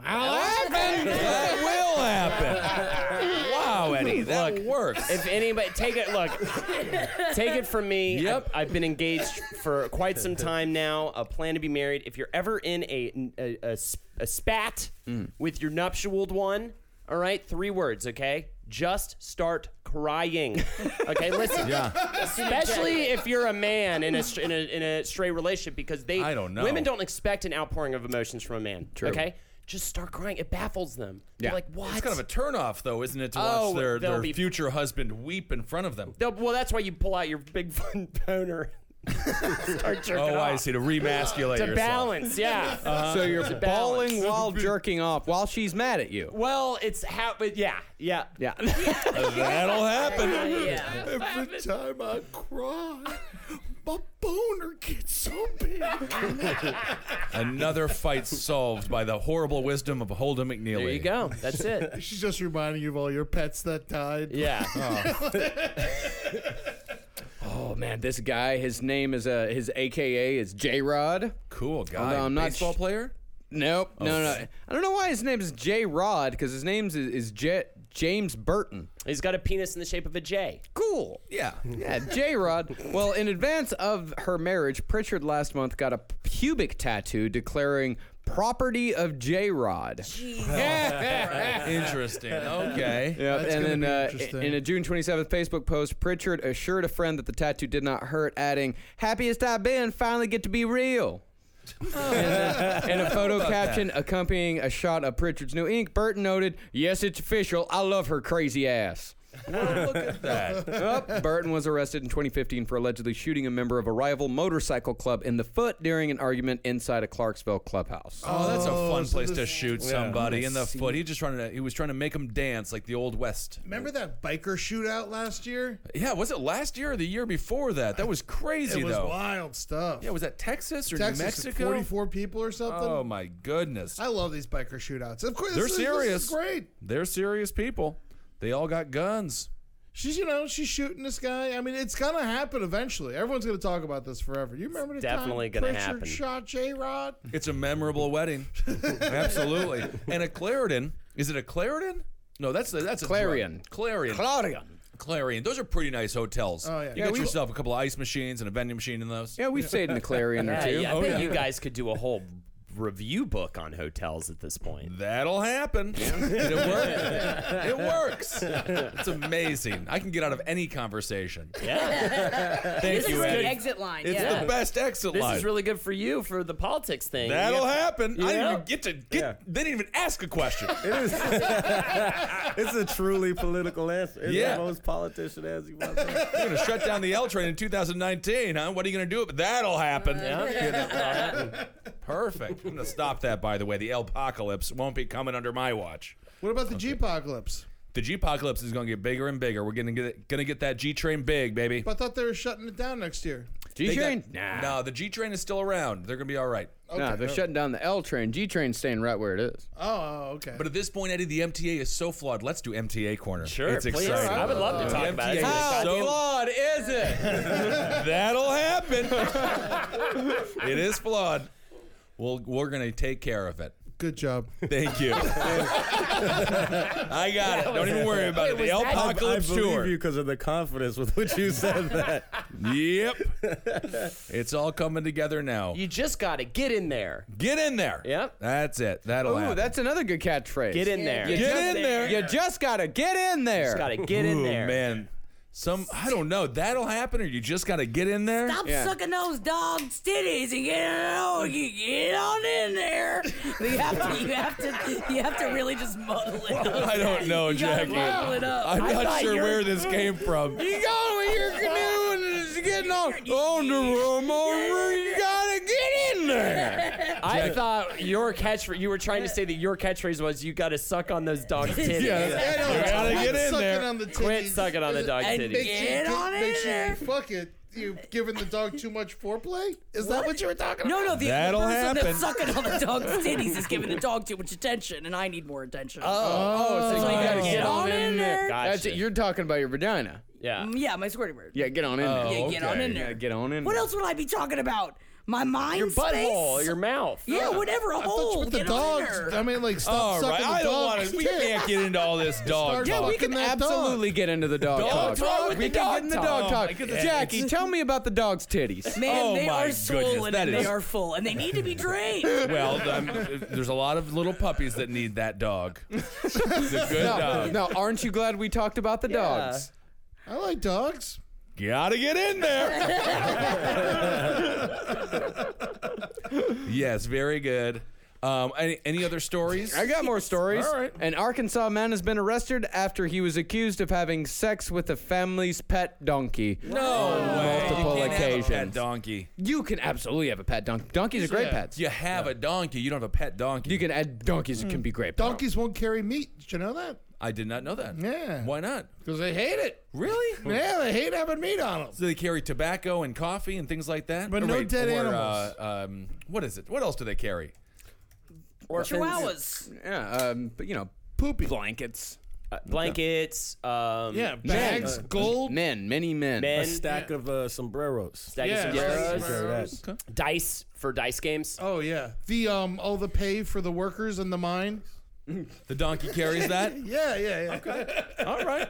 S10: That'll happen.
S8: that will happen. Wow, Eddie. That works.
S6: If anybody take it, look, take it from me.
S8: Yep.
S6: I've, I've been engaged for quite some time now. A plan to be married. If you're ever in a a, a s- a spat
S8: Mm.
S6: with your nuptialed one, all right, three words, okay. Just start crying. Okay, listen.
S8: Yeah.
S6: Especially if you're a man in a, str- in a in a straight relationship because they
S8: I don't know.
S6: women don't expect an outpouring of emotions from a man.
S11: True.
S6: Okay? Just start crying. It baffles them. They're
S11: Yeah.
S6: like, "What?"
S8: It's kind of a turnoff, though, isn't it, to watch
S6: Oh,
S8: their,
S6: they'll
S8: their
S6: be-
S8: future husband weep in front of them?
S6: They'll- well, that's why you pull out your big fun boner. Start jerking
S8: oh, I
S6: off.
S8: see. To remasculate
S6: To
S8: yourself.
S6: balance, yeah.
S10: Uh,
S6: Uh-huh.
S3: Uh, So you're
S6: To balance.
S3: bawling while jerking off while she's mad at you.
S6: Well, it's how, but yeah, yeah,
S3: yeah.
S8: That'll happen.
S10: Every time I cry, my boner gets so big.
S8: Another fight solved by the horrible wisdom of Holden McNeely.
S6: There you go. That's it.
S10: She's just reminding you of all your pets that died.
S6: Yeah.
S3: Oh man, this guy, his name is uh his AKA is J Rod.
S8: Cool guy.
S11: uh,
S3: Although I'm not
S8: Baseball
S3: sh-
S8: player?
S3: Nope. No, no. I don't know why his name is J Rod because his name is is J- James Burton.
S6: He's got a penis in the shape of a J.
S3: Cool.
S8: Yeah.
S3: Yeah, J Rod. Well, in advance of her marriage, Pritchard last month got a pubic tattoo declaring property of J Rod.
S8: Interesting. Okay.
S3: Yep,
S10: That's
S3: and
S10: gonna
S3: then
S10: be
S3: uh,
S10: interesting.
S3: in a June 27th Facebook post, Pritchard assured a friend that the tattoo did not hurt, adding, "Happiest I've been. Finally get to be real." and, uh, and a photo caption accompanying a shot of Pritchard's new ink, Burton noted, "Yes, it's official. I love her crazy ass."
S8: Look at that.
S3: Up, Burton was arrested in 2015 for allegedly shooting a member of a rival motorcycle club in the foot during an argument inside a Clarksville clubhouse.
S8: Oh, that's a fun
S10: so
S8: place to
S10: this-
S8: shoot somebody in the foot. He just trying to. He was trying to make him dance like the old west.
S10: Remember that biker shootout last year?
S8: Yeah. Was it last year or the year before that? That was crazy
S10: It was
S8: though.
S10: wild stuff.
S8: Yeah. Was that Texas or New
S10: Texas,
S8: Mexico?
S10: 44 people or something.
S8: Oh my goodness.
S10: I love these biker shootouts. Of course,
S8: They're
S10: this, is- This
S8: serious.
S10: is great.
S8: They're serious people. They all got guns.
S10: She's, you know, she's shooting this guy. I mean, it's gonna happen eventually. Everyone's gonna talk about this forever. You remember the
S6: definitely
S10: time
S6: gonna
S10: Pritchard
S6: happen.
S10: shot J Rod?
S8: It's a memorable wedding. Absolutely. And a Claritin. Is it a Claritin? No, that's a, that's a drug.
S3: Clarion.
S8: Clarion.
S3: Clarion.
S8: Clarion. Those are pretty nice hotels.
S10: Oh, yeah.
S8: You
S10: Yeah,
S8: get
S3: we-
S8: yourself a couple of ice machines and a vending machine in those.
S3: Yeah, we've stayed in a Clarion or
S6: Yeah,
S3: two.
S6: yeah, I
S8: Oh,
S6: bet
S8: yeah.
S6: you guys could do a whole review book on hotels at this point.
S8: That'll happen. Did it work? it works. It's amazing. I can get out of any conversation. Thank
S9: This is a
S8: you,
S9: great
S8: Eddie.
S9: exit line.
S8: It's
S9: yeah.
S8: the best exit
S6: This
S8: line.
S6: is really good for you for the politics thing.
S8: That'll happen. I didn't
S6: Yeah.
S8: even get to get.
S11: Yeah.
S8: They didn't even ask a question.
S11: It's a truly political answer. It's
S8: Yeah.
S11: the most politician answer you want. to-
S8: You're gonna shut down the L train in 2019, huh? What are you gonna do? But that'll happen. Perfect. I'm gonna stop that. By the way, the L apocalypse won't be coming under my watch.
S10: What about the G apocalypse?
S8: The G apocalypse is gonna get bigger and bigger. We're gonna get gonna get that G train big, baby.
S10: But I thought they were shutting it down next year.
S3: G
S8: They got-
S3: train?
S8: No, the G train is still around. They're gonna be all right.
S3: Nah,
S10: Okay,
S3: they're
S10: no.
S3: shutting down the L train. G train's staying right where it is.
S10: Oh, oh, okay.
S8: But at this point, Eddie, the MTA is so flawed. Let's do MTA corner.
S6: Sure,
S8: it's
S6: please.
S8: exciting.
S6: I would love to
S8: The
S6: talk about it.
S8: MTA is
S6: How
S8: so-
S3: flawed is it?
S8: That'll happen. it is flawed. Well, we're gonna take care of it.
S10: Good job.
S8: Thank you. I got it. Don't even worry about it. The
S6: was that- I- I
S11: I
S8: apocalypse
S11: believe
S8: tour.
S11: you because of the confidence with which you said that.
S8: Yep. it's all coming together now.
S6: You just got to get in there.
S8: Get in there.
S6: Yep.
S8: That's it. That'll
S3: Ooh,
S8: happen.
S3: that's another good catchphrase.
S6: Get in there.
S3: You
S8: Get
S3: just-
S8: in there.
S3: You just gotta get in there.
S6: just got to get in
S8: Ooh,
S6: there.
S8: man. Some I don't know. That'll happen, or you just gotta get in there.
S9: Stop
S3: Yeah.
S9: sucking those dogs' titties and get on, get on in there. You have to, you have to, you have to really just muddle it. up.
S8: I don't know,
S9: You gotta
S8: Jackie.
S9: muddle it up.
S8: I'm
S9: I
S8: not
S9: thought
S8: sure
S9: your-
S8: where this came from.
S3: You go with your canoe and it's getting on on the room over. You gotta get in there.
S6: I thought your catchphrase, you were trying to say that your catchphrase was, you got to suck on those dog's titties.
S8: Yeah. You gotta
S10: Quit
S8: get in
S10: sucking
S8: there.
S10: On the
S6: Quit
S10: titties.
S6: sucking on the dog's
S9: And
S6: titties.
S10: Make sure
S9: Get
S10: you-
S9: on
S10: make
S9: in
S10: sure you
S9: there.
S10: fuck it. You giving the dog too much foreplay? Is that what you were talking
S9: No, no, the, the
S8: That'll
S9: person
S8: happen.
S9: that's sucking on the dog's titties is giving the dog too much attention, and I need more attention.
S3: Oh, so you gotta
S9: get
S3: get
S9: on
S3: on
S9: in there.
S3: That's
S6: Gotcha.
S3: it. You're talking about your vagina.
S6: yeah.
S9: Mm, yeah, my squirty word.
S3: Yeah, get on in there.
S9: Yeah, get on
S8: Oh, okay.
S9: in
S3: Yeah,
S9: there.
S3: get on in.
S9: What
S3: there.
S9: else would I be talking about? My mind,
S6: Your butthole,
S9: space?
S6: your mouth.
S9: yeah, whatever. A
S10: about? I thought you
S3: Oh,
S9: hole.
S10: with the
S9: Get on in
S10: dogs.
S9: there.
S10: I mean, like stop
S8: All right.
S10: sucking
S8: I
S10: the
S8: don't want
S10: dog's
S8: to. We
S10: dick.
S8: can't get into all this dog
S10: Start
S8: talk.
S3: Yeah, we
S10: Fucking
S3: can
S10: that dog.
S3: absolutely get into the dog,
S8: Dog
S3: talk.
S8: talk? What's
S3: We
S8: the
S3: can
S8: dog
S3: get into
S8: talk?
S3: dog
S8: Oh, my
S3: talk.
S8: goodness.
S3: Jackie, tell me about the dog's titties.
S9: Man,
S8: Oh
S9: they
S8: my
S9: are
S8: goodness,
S9: swollen
S8: that
S9: and
S8: is-
S9: they are full, and they need to be drained.
S8: Well, um, there's a lot of little puppies that need that dog. It's a good
S3: No,
S8: dog.
S3: no, aren't you glad we talked about the dogs?
S10: I like dogs.
S8: Gotta get in there. yes, very good. Um, any, any other stories?
S3: I got more stories.
S8: All right.
S3: An Arkansas man has been arrested after he was accused of having sex with a family's pet donkey.
S8: No
S3: Multiple
S8: way. you can't have a
S3: occasions.
S8: pet donkey.
S3: You can absolutely have a pet donkey. Donkeys are great
S8: Yeah.
S3: pets.
S8: You have a donkey. You don't have a pet donkey.
S3: You can add donkeys. It can be great. pets.
S10: Donkeys won't carry meat. Did you know that?
S8: I did not know that.
S10: Yeah.
S8: Why not?
S10: Because they hate it.
S8: Really?
S10: Yeah, they hate having meat on them.
S8: So they carry tobacco and coffee and things like that.
S10: But no dead animals.
S8: Uh, um, what is it? What else do they carry?
S9: Chihuahuas.
S3: Yeah. Um, but you know,
S10: Poopy.
S3: blankets.
S6: Uh, blankets. Um,
S10: Yeah, bags, gold.
S3: Uh, Men. Many men.
S6: Men.
S11: A stack of uh, sombreros.
S6: Stack of
S10: Yeah,
S6: sombreros.
S10: stack of
S11: sombreros.
S6: Dice for dice games.
S10: Oh yeah, the um, all the pay for the workers in the mine.
S8: The donkey carries that.
S10: Yeah, yeah, yeah.
S8: All right.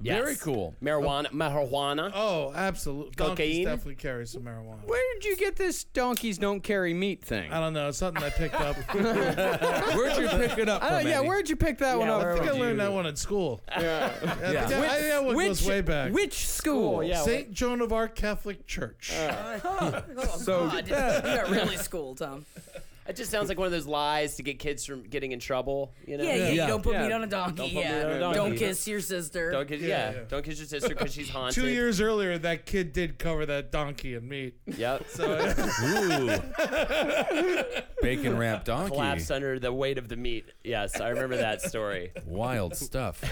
S6: Yes.
S8: Very cool.
S6: Marijuana. Marijuana.
S10: Oh, absolutely.
S6: Cocaine?
S10: Donkeys definitely carry some marijuana.
S3: Where did you get this donkeys don't carry meat thing?
S10: I don't know. It's something I picked up.
S8: Where'd you pick it up
S3: I
S8: from?
S3: don't- yeah,
S8: Andy?
S3: where'd you pick that one up?
S10: I think I
S3: from?
S10: learned that one in school. Yeah, I think I- that one goes
S3: Which
S10: way back.
S3: Which Uh, school? yeah.
S10: St. Joan of Arc Catholic Church.
S9: Oh,
S3: So-
S9: God. You got really school, Tom.
S6: It just sounds like one of those lies to get kids from getting in trouble. You know.
S9: Yeah, yeah,
S8: Yeah.
S9: you don't put
S6: Yeah.
S9: meat on a donkey.
S6: Don't put
S9: yeah.
S6: meat on a donkey.
S9: Don't kiss your sister.
S6: Don't kiss, yeah,
S10: yeah.
S6: don't kiss your sister because she's haunted.
S10: Two years earlier, that kid did cover that donkey and meat.
S6: Yep.
S8: Ooh. Bacon wrapped donkey.
S6: collapsed under the weight of the meat. Yes, I remember that story.
S8: Wild stuff.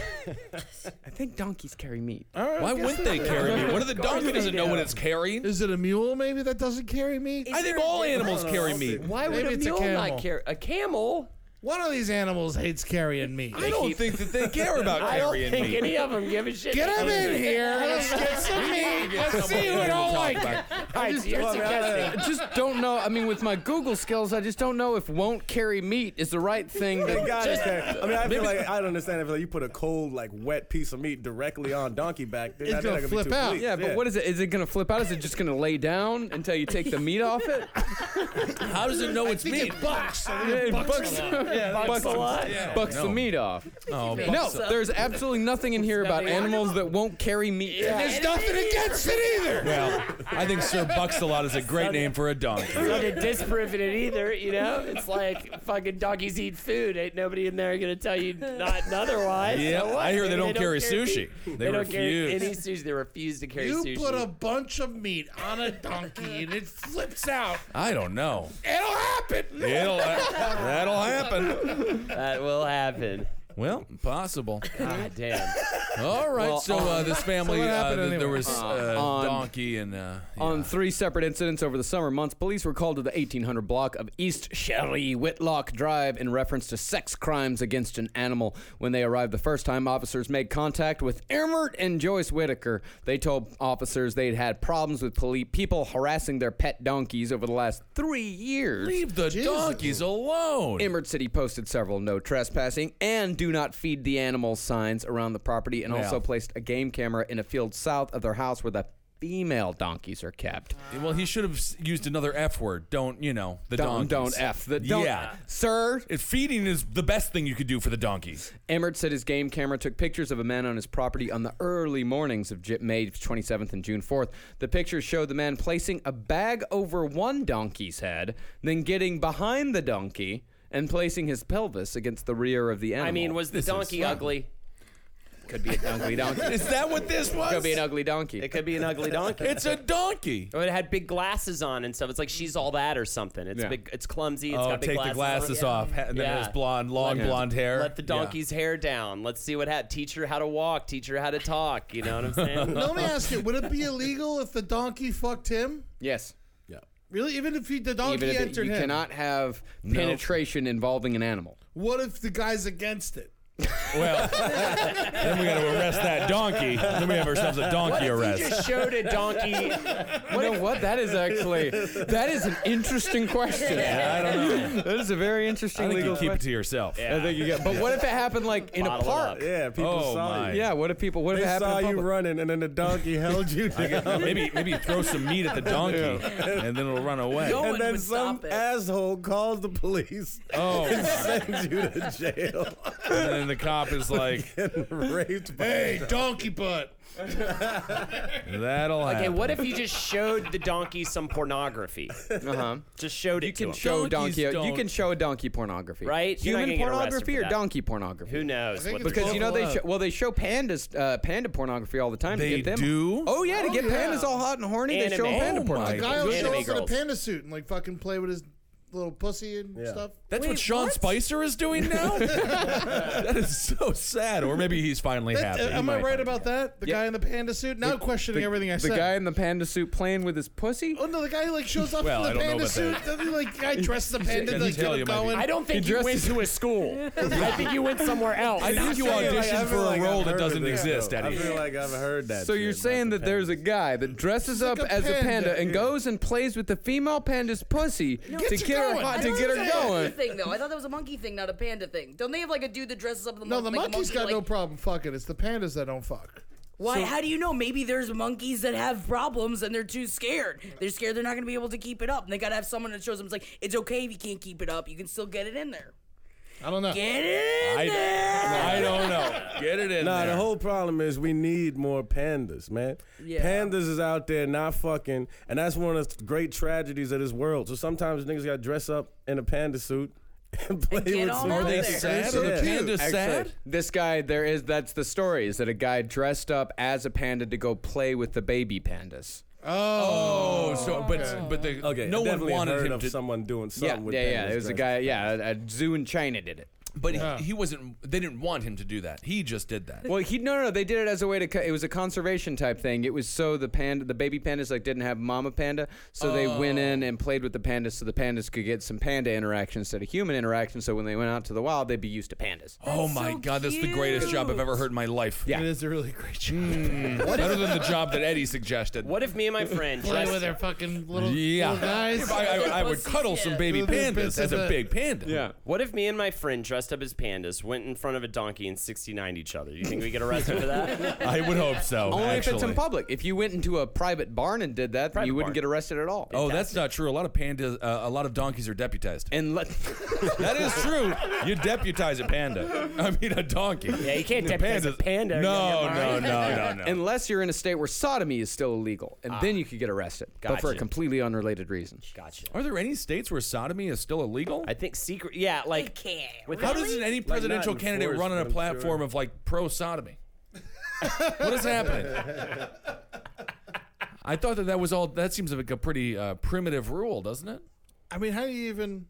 S3: I think donkeys carry meat.
S8: Why wouldn't they carry meat? What if the donkey doesn't know what it's carrying?
S10: Is it a mule maybe that doesn't carry meat?
S8: I think all animals carry meat.
S6: Why
S10: Maybe
S6: would a
S10: it's a
S6: mule
S10: camel.
S6: not carry a camel?
S10: One of these animals hates carrying meat.
S8: I don't think that they care about
S6: I don't
S8: carrying
S6: think
S8: meat.
S6: any of them give a shit.
S10: Get him in here. Let's get some meat. Let's see who don't like it.
S6: I just, you're suggesting.
S3: I just don't know. I mean, with my Google skills, I just don't know if won't carry meat is the right thing.
S11: They
S3: To,
S11: got it there. I mean, I feel like I don't understand if like, you put a cold, like wet piece of meat directly on donkey back. Then
S10: It's
S11: I think
S10: gonna
S11: I could
S10: flip
S11: be too
S10: out.
S11: pleased.
S3: yeah, but what is it? Is it going to flip out? Is it just going to lay down until you take the meat off it?
S8: How does it know it's meat?
S10: It bucks. I think
S3: It
S10: it bucks.
S3: bucks, bucks, bucks the
S8: No.
S3: meat off.
S8: Oh,
S3: No, there's absolutely nothing in here about animals that won't carry meat.
S10: There's nothing against it either.
S8: well, I think Sir Bucks a lot is a great name for a donkey.
S6: Not to disprove it either, you know? It's like fucking donkeys eat food. Ain't nobody in there gonna tell you not otherwise.
S8: Yeah,
S6: So what?
S8: I hear they don't carry
S6: carry
S8: sushi.
S6: meat.
S8: They
S6: don't
S8: refuse.
S6: carry any sushi. They refuse to carry
S10: You
S6: sushi.
S10: put a bunch of meat on a donkey and it flips out.
S8: I don't know.
S10: It'll happen.
S8: It'll uh, that'll happen.
S6: that will happen.
S8: Well, possible.
S6: God damn.
S8: All right. so uh, this family,
S10: what
S8: uh,
S10: happened
S8: th- there
S10: anyway?
S8: was uh,
S3: on-
S8: donkey and uh,
S3: On three separate incidents over the summer months, police were called to the 1800 block of East Sherry Whitlock Drive in reference to sex crimes against an animal. When they arrived the first time, officers made contact with Emmert and Joyce Whitaker. They told officers they'd had problems with poli- people harassing their pet donkeys over the last three years.
S8: leave the donkeys alone.
S3: Emmert City posted several no trespassing and do not feed the animals signs around the property and also placed a game camera in a field south of their house where the female donkeys are kept.
S8: well, he should have s- used another F word. Don't you know the
S3: Don't,
S8: donkeys.
S3: don't F the don't.
S8: Yeah.
S3: Sir,
S8: It- Feeding is the best thing you could do for the donkeys.
S3: Emmert said his game camera took pictures of a man on his property on the early mornings of J- May 27th and June 4th. The pictures showed the man placing a bag over one donkey's head, then getting behind the donkey and placing his pelvis against the rear of the animal.
S6: I mean, was the
S8: This is
S6: donkey
S8: fun.
S6: ugly?
S3: could be an ugly donkey.
S8: Is that what this was?
S3: could be an ugly donkey.
S6: It could be an ugly donkey.
S8: It's a donkey.
S6: Or it had big glasses on and stuff. It's like she's all that or something. It's
S3: Yeah.
S6: big. It's clumsy. It's
S8: Oh,
S6: got big
S8: take
S6: glasses
S8: the glasses
S6: on.
S8: off, ha- and then
S6: Yeah.
S8: there's blonde, long
S3: Let-
S8: blonde hair.
S6: Let the
S8: Yeah.
S6: donkey's hair down. Let's see what happened. Teach her how to walk. Teach her how to talk. You know what I'm saying?
S10: Now, let me ask you: Would it be illegal if the donkey fucked him?
S3: yes.
S10: Really? Even if he, the donkey
S3: Even if it,
S10: entered
S3: you
S10: him?
S3: cannot have penetration involving an animal.
S10: What if the guy's against it?
S8: Well, then we got to arrest that donkey. Then we have ourselves a donkey
S6: You
S8: arrest.
S6: just showed a donkey.
S3: You know what? That is actually that is an interesting question.
S8: I don't know.
S3: That is a very interesting
S8: I think you
S3: legal
S8: keep it
S3: question.
S8: to yourself.
S3: I think you get. But what if it happened like in a
S6: Bottle it
S3: park?
S6: up.
S11: Yeah, people
S8: Oh,
S11: saw
S8: my.
S11: you.
S3: Yeah. What if people? What if
S11: They
S3: it happened?
S11: saw
S3: in
S11: you
S3: public?
S11: running, and then the donkey held you down.
S8: Maybe maybe throw some meat at the donkey, and then it'll run away.
S9: Go- No
S11: and
S9: one
S11: then
S9: would
S11: some
S9: stop it.
S11: asshole calls the police
S8: Oh,
S11: and sends you to jail.
S8: and then the cop is like,
S11: raped
S8: by
S15: hey,
S8: dogs.
S15: donkey butt.
S8: "That'll happen."
S16: Okay, what if you just showed the donkey some pornography? Uh
S6: huh.
S16: Just showed it.
S6: You can
S16: to
S6: show
S16: him.
S6: donkey. You can show a donkey pornography,
S16: Right? You're not
S6: Human
S16: gonna get arrested
S6: pornography
S16: for
S6: or
S16: that.
S6: donkey pornography?
S16: Who knows? what the-
S6: Because you know they show, well they show pandas uh, panda pornography all the time.
S8: They
S6: to get them.
S8: do?
S6: Oh yeah, to
S10: Oh,
S6: get
S10: yeah.
S6: pandas all hot and horny, they show
S16: Anime.
S6: panda
S8: Oh, my
S10: The
S6: pornography.
S10: guy will show
S16: Anime
S10: up in a
S16: girls.
S10: panda suit and like fucking play with his little pussy and
S11: Yeah.
S10: stuff.
S8: That's
S9: Wait,
S8: what Sean
S9: what?
S8: Spicer is doing now. that is so sad. Or maybe he's finally
S10: That-
S8: happy.
S10: uh, am
S8: He
S10: I
S8: might
S10: right
S8: finally-
S10: about that? The
S6: Yeah.
S10: guy in the panda suit. Now questioning everything I
S6: the
S10: said.
S6: guy in the panda suit playing with his pussy.
S10: Oh no, the guy like shows up
S8: Well, I don't
S10: in the
S8: know
S10: panda
S8: about
S10: suit.
S8: that.
S10: Then he, like guy dresses the panda
S8: Doesn't
S10: like get
S8: tell you,
S10: him
S8: might be.
S10: going.
S8: I
S16: don't
S6: He dresses-
S16: to a school. I think you went somewhere else.
S8: I think you auditioned for a role that doesn't exist,
S11: I
S8: Eddie.
S11: feel like I've heard that.
S6: So you're
S11: shit about
S6: saying
S11: the
S6: that there's a
S11: Panthers.
S6: guy that dresses up
S10: like a
S6: as a
S10: panda,
S6: panda and
S10: yeah.
S6: goes and plays with the female panda's pussy
S10: Get
S6: to
S10: you
S6: get her
S10: going.
S6: hot,
S10: I
S6: to
S10: don't
S6: get her
S10: understand.
S6: going.
S9: thing though. I thought that was a monkey thing, not a panda thing. Don't they have like a dude that dresses up in the
S10: No,
S9: mon-
S10: the
S9: like, a
S10: monkey's
S9: monkey,
S10: got no
S9: like-
S10: problem fucking. It's the pandas that don't fuck.
S9: Why? how do you know? Maybe there's monkeys that have problems and they're too scared. They're scared they're not going to be able to keep it up. And they got to have someone that shows them, it's like, it's okay if you can't keep it up. You can still get it in there.
S10: I don't know.
S9: Get it in
S8: I,
S9: there.
S8: I don't know. Get it in
S11: Nah,
S8: there.
S11: the whole problem is we need more pandas, man.
S9: Yeah.
S11: Pandas is out there not fucking, and that's one of the great tragedies of this world. So sometimes niggas gotta dress up in a panda suit and play
S9: get
S11: with
S9: all
S11: some.
S9: Are
S8: Are they
S9: They're
S8: sad?
S11: so
S8: Are the
S11: cute.
S8: pandas
S11: Actually,
S8: sad?
S6: This guy, there is that's the story is that a guy dressed up as a panda to go play with the baby pandas.
S8: Oh, so but but the
S11: Okay,
S8: no
S11: I
S8: one
S11: definitely
S8: wanted
S11: heard
S8: him
S11: of
S8: to.
S11: someone doing
S6: Yeah,
S11: something with
S6: yeah,
S11: pandas.
S6: yeah. It was a
S11: dressed.
S6: guy. Yeah, a, a zoo in China did it.
S8: But he, he wasn't. They didn't want him to do that. He just did that.
S6: Well, he no, no, no. They did it as a way to. Co- it was a conservation type thing. It was so the panda, the baby pandas, like didn't have mama panda, so they went in
S11: Oh.
S6: and played with the pandas, so the pandas could get some panda interaction instead of human interaction. So when they went out to the wild, they'd be used to pandas.
S8: oh my
S9: so
S8: god, that's the greatest job I've ever heard in my life. Hmm.
S6: Yeah.
S10: It is a really great job.
S8: Better than the job that Eddie suggested.
S16: What if me and my friend
S15: Play
S16: dressed-
S15: with their fucking little,
S8: Yeah.
S15: little guys.
S8: I, I, I would cuddle some baby
S10: Little
S8: pandas
S10: bits
S8: as
S10: of
S8: a
S10: it.
S8: big panda.
S6: Yeah.
S16: What if me and my friend dressed up as pandas went in front of a donkey and 69 each other? You think we get arrested for that?
S8: I would hope so.
S6: Only if
S8: actually.
S6: it's in public. If you went into a private barn and did that, then
S16: Private
S6: you
S16: barn.
S6: wouldn't get arrested at all.
S8: Oh, that's not true. A lot of pandas, uh, a lot of donkeys are deputized.
S6: And let
S8: that is true. You deputize a panda. I mean, a donkey. Yeah,
S16: you can't deputize a panda.
S8: No,
S16: You're
S8: no, no,
S16: right.
S8: no, no.
S6: unless you're in a state where sodomy is still illegal,
S9: Ah.
S6: and then you could get arrested, but for a
S16: Gotcha.
S6: completely unrelated reason.
S16: Gotcha.
S8: are there any states where sodomy is still illegal?
S16: I think secret. Yeah, like.
S9: can't.
S16: With
S8: How does any
S11: not
S8: presidential
S11: enforced,
S8: candidate run on a
S11: but I'm sure.
S8: platform of like pro sodomy? what is happening? I thought that that was all. That seems like a pretty uh, primitive rule, doesn't it?
S10: I mean, how do you even,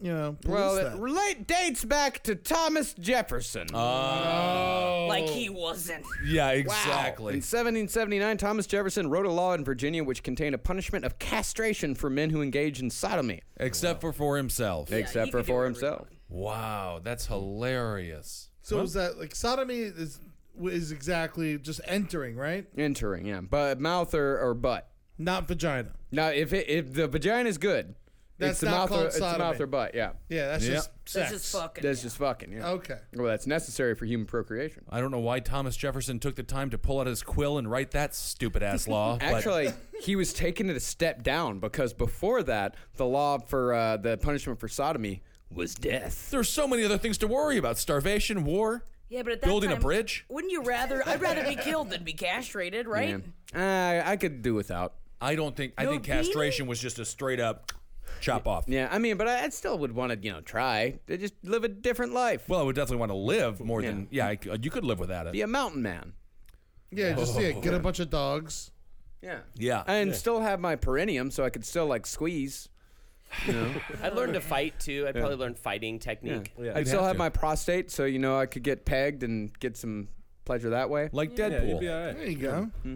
S10: you know, police
S6: Well,
S10: that?
S6: it relate dates back to Thomas Jefferson.
S9: Uh, Like he wasn't.
S8: Yeah,
S6: In 1779, Thomas Jefferson wrote a law in Virginia which contained a punishment of castration for men who engage in sodomy,
S8: Except for for himself.
S6: except
S9: he
S6: for
S9: could do
S6: for
S9: whatever he
S6: himself.
S8: Wow, that's hilarious.
S10: so is that like sodomy is is exactly just entering, right?
S6: Entering, yeah, but mouth or, or butt.
S10: Not vagina.
S6: Now, if it, if the vagina is good,
S10: That's
S6: it's the
S10: not
S6: mouth or
S10: called
S6: it's the
S10: sodomy.
S6: mouth or butt. Yeah,
S10: Yeah, that's
S8: Yeah.
S10: just sex.
S9: That's just fucking.
S6: that's just fucking. Yeah.
S10: Okay.
S6: Well, that's necessary for human procreation.
S8: I don't know why Thomas Jefferson took the time to pull out his quill and write that stupid ass law. but-
S6: Actually, he was taking it a step down because before that, the law for uh, the punishment for sodomy was death.
S8: there's so many other things to worry about: starvation, war.
S9: yeah, but at that
S8: building a
S9: time,
S8: bridge?
S9: Wouldn't you rather? I'd rather be killed than be castrated, right?
S6: Yeah. Uh, I could do without.
S8: I don't think. I
S9: No
S8: think castration was just a straight up chop off.
S6: Yeah, I mean, but I, I still would want to, you know, try to just live a different life.
S8: Well, I would definitely want to live more than. Yeah, I c you could live without it.
S6: Be a mountain man.
S10: Yeah, just yeah, get a bunch of dogs.
S6: Yeah.
S8: Yeah.
S6: And still have my perineum, so I could still like squeeze.
S16: I learned to fight too. I probably learned fighting technique.
S6: I'd still
S8: have
S6: have,
S8: to.
S6: my prostate, so you know I could get pegged and get some pleasure that way.
S8: Like
S11: Yeah, you'd
S8: Deadpool.
S11: be all right.
S10: There you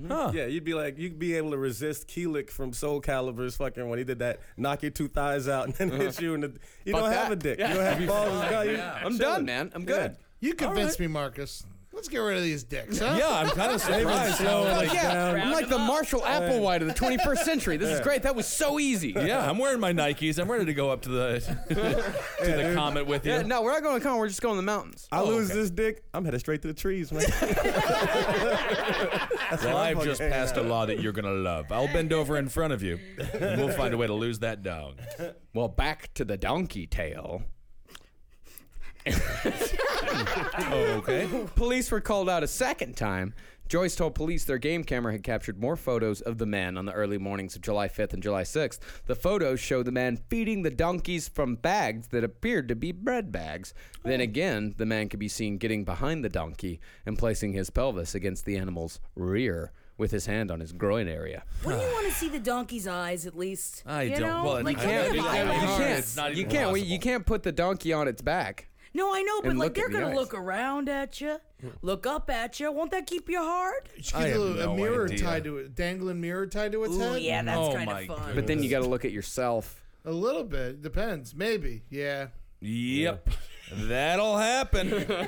S10: go.
S11: Yeah, you'd be like, you'd be able to resist Keelik from Soul Calibers fucking when he did that, knock your two thighs out and then hit you in the. You
S6: Uh-huh. Fuck
S11: don't have
S6: that.
S11: a dick.
S6: Yeah.
S11: You don't have balls. You got- you-
S6: I'm done, man. I'm good.
S10: You convinced me, Marcus. Let's get rid of these dicks, huh?
S8: yeah, I'm kind of surprised. how,
S6: Oh,
S8: like,
S6: yeah,
S11: down.
S8: um,
S6: I'm like the Marshall Applewhite of the 21st century. This is great. That was so easy.
S8: uh, yeah, I'm wearing my Nikes. I'm ready to go up to the to the comet with you.
S6: Yeah, no, we're not going to come. We're just going to the mountains.
S11: I lose
S8: okay.
S11: this dick. I'm headed straight to the trees, man.
S8: Well, I've
S11: fucking
S8: just
S11: hanging
S8: passed a law that you're gonna love. I'll bend over in front of you. And we'll find a way to lose that dog.
S6: Well, back to the donkey tail. okay. Police were called out a second time. Joyce told police their game camera had captured more photos of the man on the early mornings of July 5th and July 6th. The photos show the man feeding the donkeys from bags that appeared to be bread bags. Then again, the man could be seen getting behind the donkey and placing his pelvis against the animal's rear with his hand on his groin area.
S9: Wouldn't you want to see the donkey's eyes at least?
S6: I
S9: you
S6: don't-
S9: Know?
S6: well,
S9: like,
S6: I
S9: look
S6: can't-
S9: at
S6: it's
S9: the
S6: gotta be
S9: eyes.
S6: hard.
S8: can't-
S6: It's not you even can't. we- You can't put the donkey on its back.
S9: No, I know, but
S6: And
S9: like
S6: look
S9: they're
S6: at the
S9: gonna
S6: eyes.
S9: look around at you, look up at you. Won't that keep you hard?
S10: She gets a, little- a mirror tied to it, dangling mirror tied to its
S9: Ooh,
S10: head.
S9: yeah, that's Oh, kinda my fun.
S6: But then you got to look at yourself.
S10: A little bit depends, maybe. Yeah.
S8: Yep. That'll happen. um,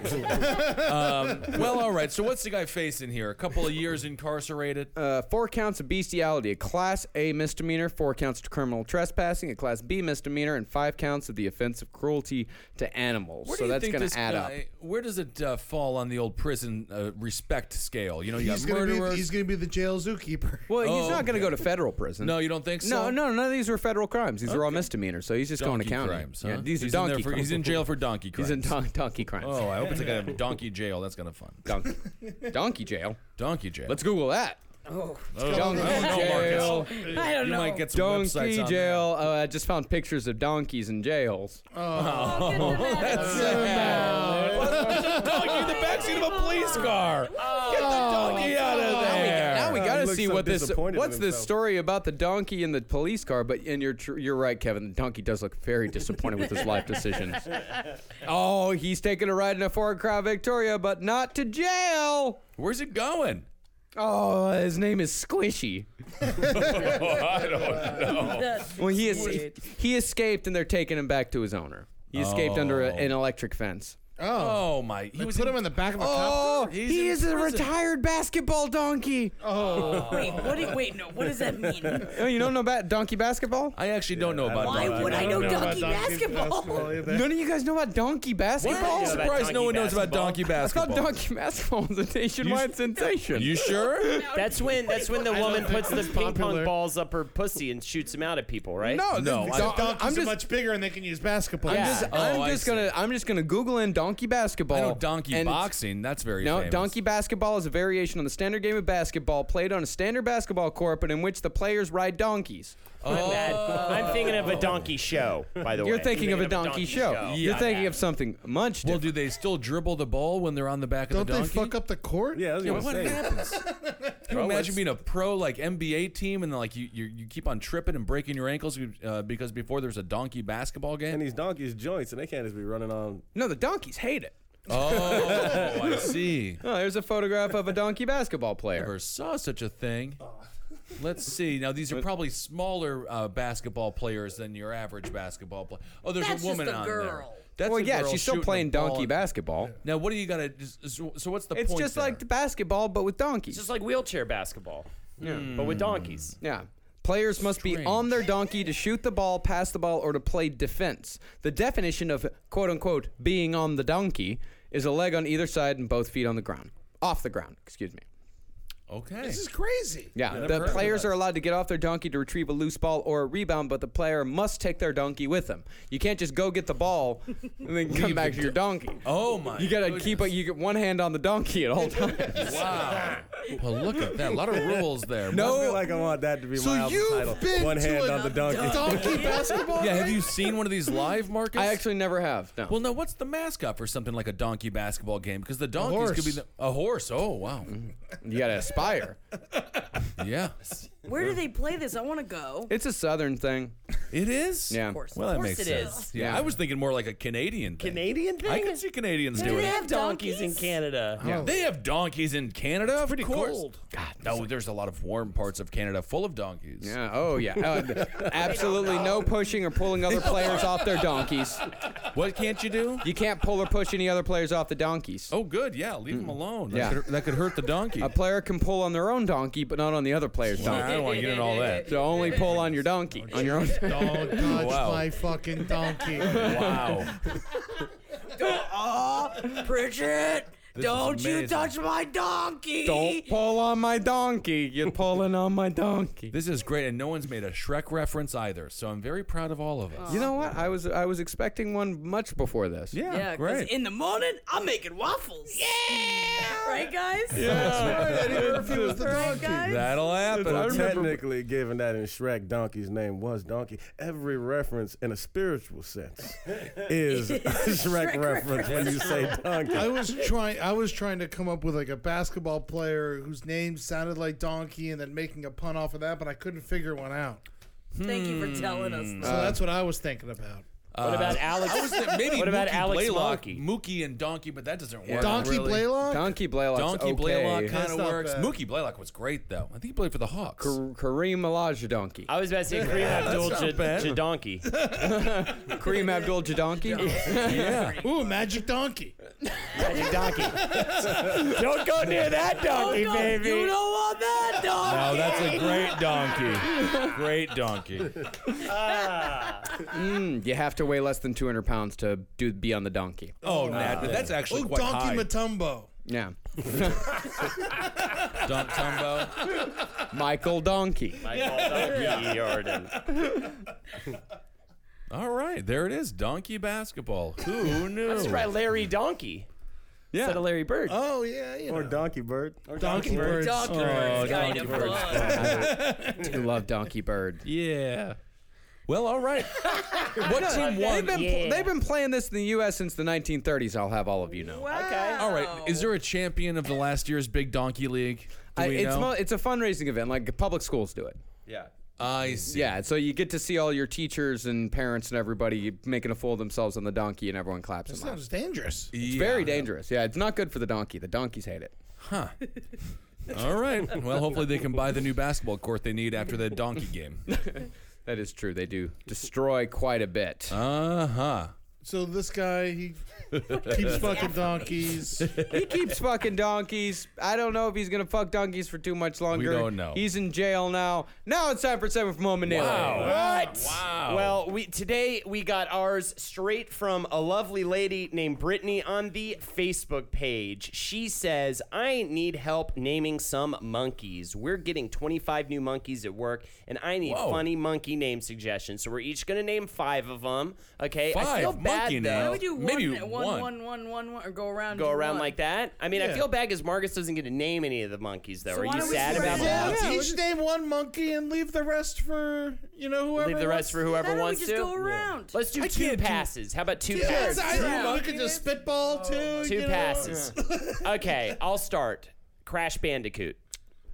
S8: well, all right. So, what's the guy facing here? A couple of years incarcerated.
S6: Uh, four counts of bestiality, a Class A misdemeanor, four counts of criminal trespassing, a Class B misdemeanor, and five counts of the offense of cruelty to animals.
S8: Where do
S6: so
S8: you
S6: that's
S8: think
S6: going
S8: this
S6: to add
S8: guy- Where does it uh, fall on the old prison uh, respect scale? You know, you
S10: he's
S8: got
S10: gonna
S8: murderers.
S10: be he's gonna be the jail zookeeper.
S6: Well, he's not going to go to federal prison.
S8: No, you don't think so?
S6: Oh, No, no, none of these were federal crimes. These were all
S8: Okay.
S6: misdemeanors. So he's just going to
S8: Donkey
S6: county.
S8: crimes, huh?
S6: Yeah, these
S8: He's
S6: are
S8: in there
S6: donkey
S8: for-
S6: crimes.
S8: he's in jail for donkey
S6: He's in don- donkey crimes.
S8: Oh, I hope it's like a donkey jail. That's gonna fun.
S6: Donkey,
S8: Oh.
S6: donkey jail.
S8: Donkey jail.
S6: Let's Google that.
S9: Oh,
S8: Oh, I don't know, Marcus.
S9: I don't
S8: You
S9: know.
S8: might get some websites
S6: Donkey
S8: on
S6: jail. Uh, I just found pictures of donkeys in jails.
S8: Oh, that's sad. Put the donkey in the backseat of a police car. Get the donkey out of there.
S6: Now we gotta see what this.
S8: disappointed in
S6: What's this
S8: himself.
S6: story about the donkey and the police car? But and you're tr- you're right, Kevin. The donkey does look very disappointed with his life decisions. Oh, he's taking a ride in a Ford Crown Victoria, but not to jail.
S8: Where's it going?
S6: Oh, his name is Squishy.
S8: I
S6: Oh,
S8: don't know.
S6: Well, he is, he, he escaped, and they're taking him back to his owner. He escaped under a,
S8: Oh.
S6: an electric fence.
S8: Oh, my! He was
S10: Put him in the back of a
S8: Oh,
S10: cop car.
S6: Oh, he is a retired basketball donkey.
S9: Wait, what? Do, wait, no. What does that mean?
S6: Oh, you don't know about donkey basketball?
S8: I actually don't know about
S9: Why
S8: donkey.
S9: would I know donkey
S10: basketball
S9: basketball?
S10: either.
S6: None of you guys know about donkey basketball?
S8: I'm surprised no one knows about donkey
S6: I thought
S8: basketball.
S6: donkey basketball was a nationwide sensation.
S8: you sure?
S17: That's when that's when the woman puts the ping
S10: popular.
S17: pong balls up her pussy and shoots them out at people, right?
S6: no,
S8: No,
S6: this-
S8: I-
S6: don-
S10: Donkeys
S6: I'm
S10: are
S6: just,
S10: much bigger and they can use basketball.
S6: I'm just,
S8: Oh,
S6: I'm
S8: I
S6: just
S8: see.
S6: gonna, I'm just gonna Google in donkey basketball.
S8: I know donkey
S6: and it's-
S8: boxing. That's very
S6: No,
S8: famous.
S6: donkey basketball is a variation on the standard game of basketball played on a standard basketball court, but in which the players ride donkeys.
S17: I'm mad.
S8: Oh.
S17: I'm thinking of a donkey show, by the way.
S6: You're thinking of a donkey, show. You're
S8: Yeah.
S6: thinking of something much
S8: Well,
S6: different.
S8: do they still dribble the ball when they're on the back
S10: Don't
S8: of the
S10: they
S8: donkey?
S10: fuck up the court?
S11: Yeah, I was
S8: Yeah,
S11: gonna
S8: what
S11: say.
S8: happens? Can you imagine being a pro like NBA team and like you, you you keep on tripping and breaking your ankles uh, because before there's a donkey basketball game?
S11: And these donkeys joints, and they can't just be running on.
S6: no, the donkeys hate it.
S8: oh, I see.
S6: Oh, there's a photograph of a donkey basketball player.
S8: Never saw such a thing. Let's see. Now these are probably smaller uh, basketball players than your average basketball player. Oh, there's
S9: That's
S8: a woman
S9: just a
S8: on there.
S9: girl.
S8: That's
S6: well,
S8: a
S6: yeah,
S8: girl
S6: she's still
S8: shooting a
S6: playing
S8: ball
S6: donkey
S8: in-
S6: basketball.
S8: Now, what do you got to? So, so what's the
S6: It's
S8: point?
S6: just
S8: there?
S6: like the basketball, but with donkeys.
S17: It's just like wheelchair basketball,
S10: Hmm.
S17: but with donkeys.
S6: Yeah. Players must be on their donkey to shoot the ball, pass the ball, or to play defense. The definition of quote unquote being on the donkey is a leg on either side and both feet on the ground. Off the ground, excuse me.
S8: okay.
S18: This is crazy.
S6: Yeah,
S8: never heard
S6: the
S8: of
S6: players
S8: that.
S6: are allowed to get off their donkey to retrieve a loose ball or a rebound, but the player must take their donkey with them. You can't just go get the ball and then come
S8: Leave
S6: back
S8: the
S6: to your donkey.
S8: Oh my!
S6: You gotta
S8: goodness.
S6: keep a, you get one hand on the donkey at all times.
S8: Wow. well, look at that. A lot of rules there.
S11: I
S6: No,
S11: feel like I want that to be
S10: So
S11: my album
S10: you've
S11: title.
S10: been
S11: One
S10: to
S11: hand
S10: a
S11: on the donkey.
S10: Donkey basketball.
S8: Yeah, have you seen one of these live, Marcus?
S6: I actually never have. No.
S8: Well, no. What's the mascot for something like a donkey basketball game? Because the donkeys could be
S10: horse.
S8: the, a horse. Oh wow.
S6: you gotta aspire.
S8: Yeah.
S9: Where do they play this? I want to go.
S6: It's a southern thing.
S8: It is.
S6: Yeah. Of
S9: course.
S8: Well, that
S17: Of course
S8: makes
S17: it
S8: sense.
S17: is.
S8: Yeah.
S6: Yeah.
S8: I was thinking more like a Canadian thing.
S17: Canadian thing?
S8: I can see Canadians
S9: Do
S8: doing
S9: they
S8: it.
S9: have donkeys?
S17: in Canada.
S10: Oh,
S8: Yeah. They have donkeys in Canada. of
S17: pretty
S8: course.
S17: cold.
S8: God, no. There's a lot of warm parts of Canada full of donkeys.
S6: Yeah. Oh, yeah. Uh, absolutely no pushing or pulling other players off their donkeys.
S8: What can't you do?
S6: You can't pull or push any other players off the donkeys.
S8: Oh, good. Yeah, leave them alone. That
S6: Mm. Yeah.
S8: could, that could hurt the donkey.
S6: A player can pull on their own donkey, but not on the other player's
S8: I
S6: donkey.
S8: don't want to get into all that.
S6: So only pull on your donkey, on your own.
S10: Don't touch
S8: Wow.
S10: my fucking donkey.
S8: Wow.
S9: Pritchett,
S8: This is
S9: Don't you
S8: amazing.
S9: touch my donkey!
S6: Don't pull on my donkey. You're pulling on my donkey.
S8: This is great, and no one's made a Shrek reference either. So I'm very proud of all of us.
S6: You know what? I was I was expecting one much before this.
S8: Yeah,
S9: Yeah, 'cause in the morning I'm making waffles. Yeah, right, guys.
S8: That's
S10: right. Eddie Murphy was the
S9: Right,
S10: donkey.
S9: guys.
S8: That'll happen.
S19: Well, technically, given that in Shrek, Donkey's name was Donkey, every reference in a spiritual sense is a Shrek,
S9: Shrek
S19: reference when you say Donkey.
S10: I was trying. I was trying to come up with like a basketball player whose name sounded like Donkey, and then making a pun off of that, but I couldn't figure one out.
S9: Thank you for telling us.
S8: Hmm.
S10: So
S11: Uh,
S10: that's what I was thinking about.
S11: What about
S8: I was
S11: Alex?
S8: thinking maybe
S11: What about
S8: Mookie
S11: Alex
S8: Blaylock,
S11: Locky?
S8: Mookie and Donkey, but that doesn't work.
S10: Donkey
S8: really.
S10: Blaylock.
S6: Donkey Blaylock's
S8: Donkey
S6: okay.
S8: Blaylock kind
S10: That's
S8: of
S10: not
S8: works.
S10: bad.
S8: Mookie Blaylock was great though. I think he played for the Hawks.
S6: Kareem Alaj Donkey.
S11: I was about to say Kareem
S8: bad.
S11: Abdul Donkey.
S6: Kareem Abdul Jadonkey.
S8: yeah.
S10: Ooh, Magic Donkey.
S11: Donkey. Don't go near that donkey,
S9: No, You don't want that dog.
S8: Oh, that's a great donkey. Great donkey.
S6: Mm, you have to weigh less than 200 pounds to do be on the donkey.
S8: Oh, Nat, but that's actually
S10: Ooh,
S8: quite
S10: Donkey
S8: high.
S10: Matumbo.
S6: Yeah.
S8: Dunk Tumbo.
S6: Michael Donkey.
S11: Michael Donkey Jordan.
S8: All right, there it is. Donkey basketball. Who knew?
S11: That's right, Larry Donkey.
S8: Yeah.
S11: Instead of Larry Bird.
S10: Oh yeah, you know.
S19: or Donkey Bird.
S10: Donkey Birds.
S9: Donkey
S8: Oh,
S9: bird's kind of
S8: Uh,
S9: fun.
S6: I love Donkey Bird.
S8: Yeah. Well, all right. what team
S6: They've
S8: won?
S6: been, they've been playing this in the U.S. since the 1930s, I'll have all of you know.
S11: Okay.
S8: All right. Is there a champion of the last year's Big Donkey League? Do
S6: I,
S8: we
S6: it's,
S8: know?
S6: mo- it's a fundraising event, like public schools do it.
S11: Yeah.
S8: I see.
S6: Yeah, so you get to see all your teachers and parents and everybody making a fool of themselves on the donkey, and everyone claps and laughs.
S10: Sounds dangerous.
S6: It's very dangerous. Yeah, it's not good for the donkey. The donkeys hate it.
S8: All right. Well, hopefully they can buy the new basketball court they need after the donkey game.
S6: That is true. They do destroy quite a bit.
S8: Uh huh.
S10: So this guy, he keeps fucking donkeys.
S6: he keeps fucking donkeys. I don't know if he's gonna fuck donkeys for too much longer.
S8: don't know.
S6: He's in jail now. Now it's time for seven from home and Daily.
S11: What?
S8: Wow.
S11: Well, we today we got ours straight from a lovely lady named Brittany on the Facebook page. She says, "I need help naming some monkeys. We're getting 25 new monkeys at work, and I need
S8: Whoa.
S11: funny monkey name suggestions. So we're each gonna name five of them. Okay? I feel
S8: Five
S11: bad
S8: monkey
S11: though.
S8: names?
S9: Why would you one,
S8: Maybe
S9: one, one,
S8: one.
S9: one, one, one, or go around?
S11: Go
S9: do
S11: around
S9: one?
S11: like that. I mean, I feel bad because Marcus doesn't get to name any of the monkeys though.
S9: So
S11: Are
S9: why
S11: you
S9: don't we
S11: sad
S9: spread
S11: about
S9: it
S11: that?
S9: out?
S10: Yeah, each name one monkey and leave the rest for you know whoever.
S11: Leave the
S10: wants
S11: rest for
S9: Why
S11: whoever
S9: don't
S11: wants
S9: we just
S11: to.
S9: go around?
S11: Let's do two passes. How about two
S10: Yeah,
S11: passes?
S10: it's- I don't know. We could just spitball too.
S11: Two
S10: you know?
S11: passes. okay, I'll start. Crash Bandicoot.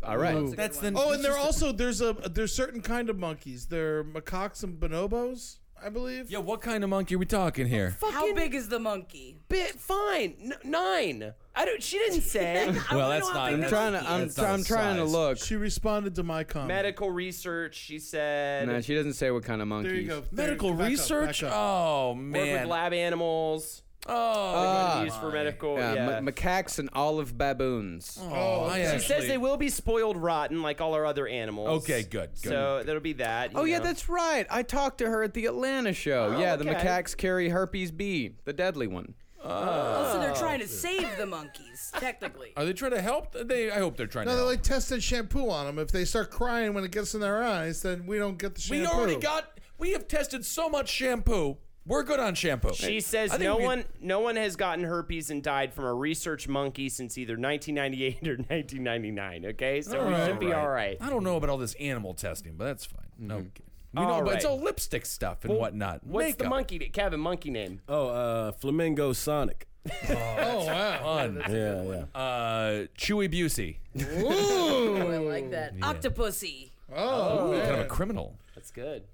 S6: All right.
S8: that's the.
S10: Oh, and there also there's a there's certain kind of monkeys. They're macaques and bonobos, I believe.
S8: Yeah, what kind of monkey are we talking here?
S9: How big is the monkey?
S11: Bit fine. N- nine. I don't. She didn't say.
S9: I
S8: Well,
S9: wanna
S8: that's
S9: know how
S8: not-
S9: big
S8: I'm
S9: the
S6: trying to.
S9: monkey
S6: I'm,
S9: is.
S6: I'm trying to
S8: size.
S6: look.
S10: She responded to my comment.
S11: Medical research. She said.
S6: No, she doesn't say what kind of monkeys.
S10: There you go. There,
S8: Medical
S10: back up,
S8: research?
S10: back up.
S8: Oh,
S11: work with
S8: man.
S11: lab animals.
S8: oh,
S6: Ah,
S11: used for medical.
S6: yeah,
S11: Uh, Yeah.
S6: ma- macaques and olive baboons.
S8: oh, I
S11: she says they will be spoiled rotten like all our other animals.
S8: Okay, good, good.
S11: So that'll be that. you
S6: Oh yeah,
S11: know.
S6: that's right. I talked to her at the Atlanta show. yeah, the
S11: Oh, okay.
S6: macaques carry herpes B, the deadly one.
S9: Oh, so they're trying to save the monkeys, technically.
S8: Are they trying to help? They, I hope they're trying
S10: No,
S8: to
S10: they
S8: help.
S10: like tested shampoo on them. If they start crying when it gets in their eyes, then we don't get the shampoo.
S8: we already got. We have tested so much shampoo. We're good on shampoo.
S11: She says
S8: I think
S11: no
S8: we-
S11: one, no one has gotten herpes and died from a research monkey since either 1998 or 1999. Okay, so we should be all right. Mm-hmm.
S8: I don't know about all this animal testing, but that's fine. Okay. We
S11: All
S8: know, but it's
S11: right.
S8: all lipstick stuff and whatnot.
S11: What's the
S8: Makeup.
S11: monkey, Kevin? Monkey name?
S19: Oh, uh, Flamingo Sonic.
S8: Oh wow.
S19: Yeah, yeah.
S8: uh, Chewy Busey.
S9: Oh, I like that. Octopussy.
S8: Ooh, kind of a criminal.
S11: That's good.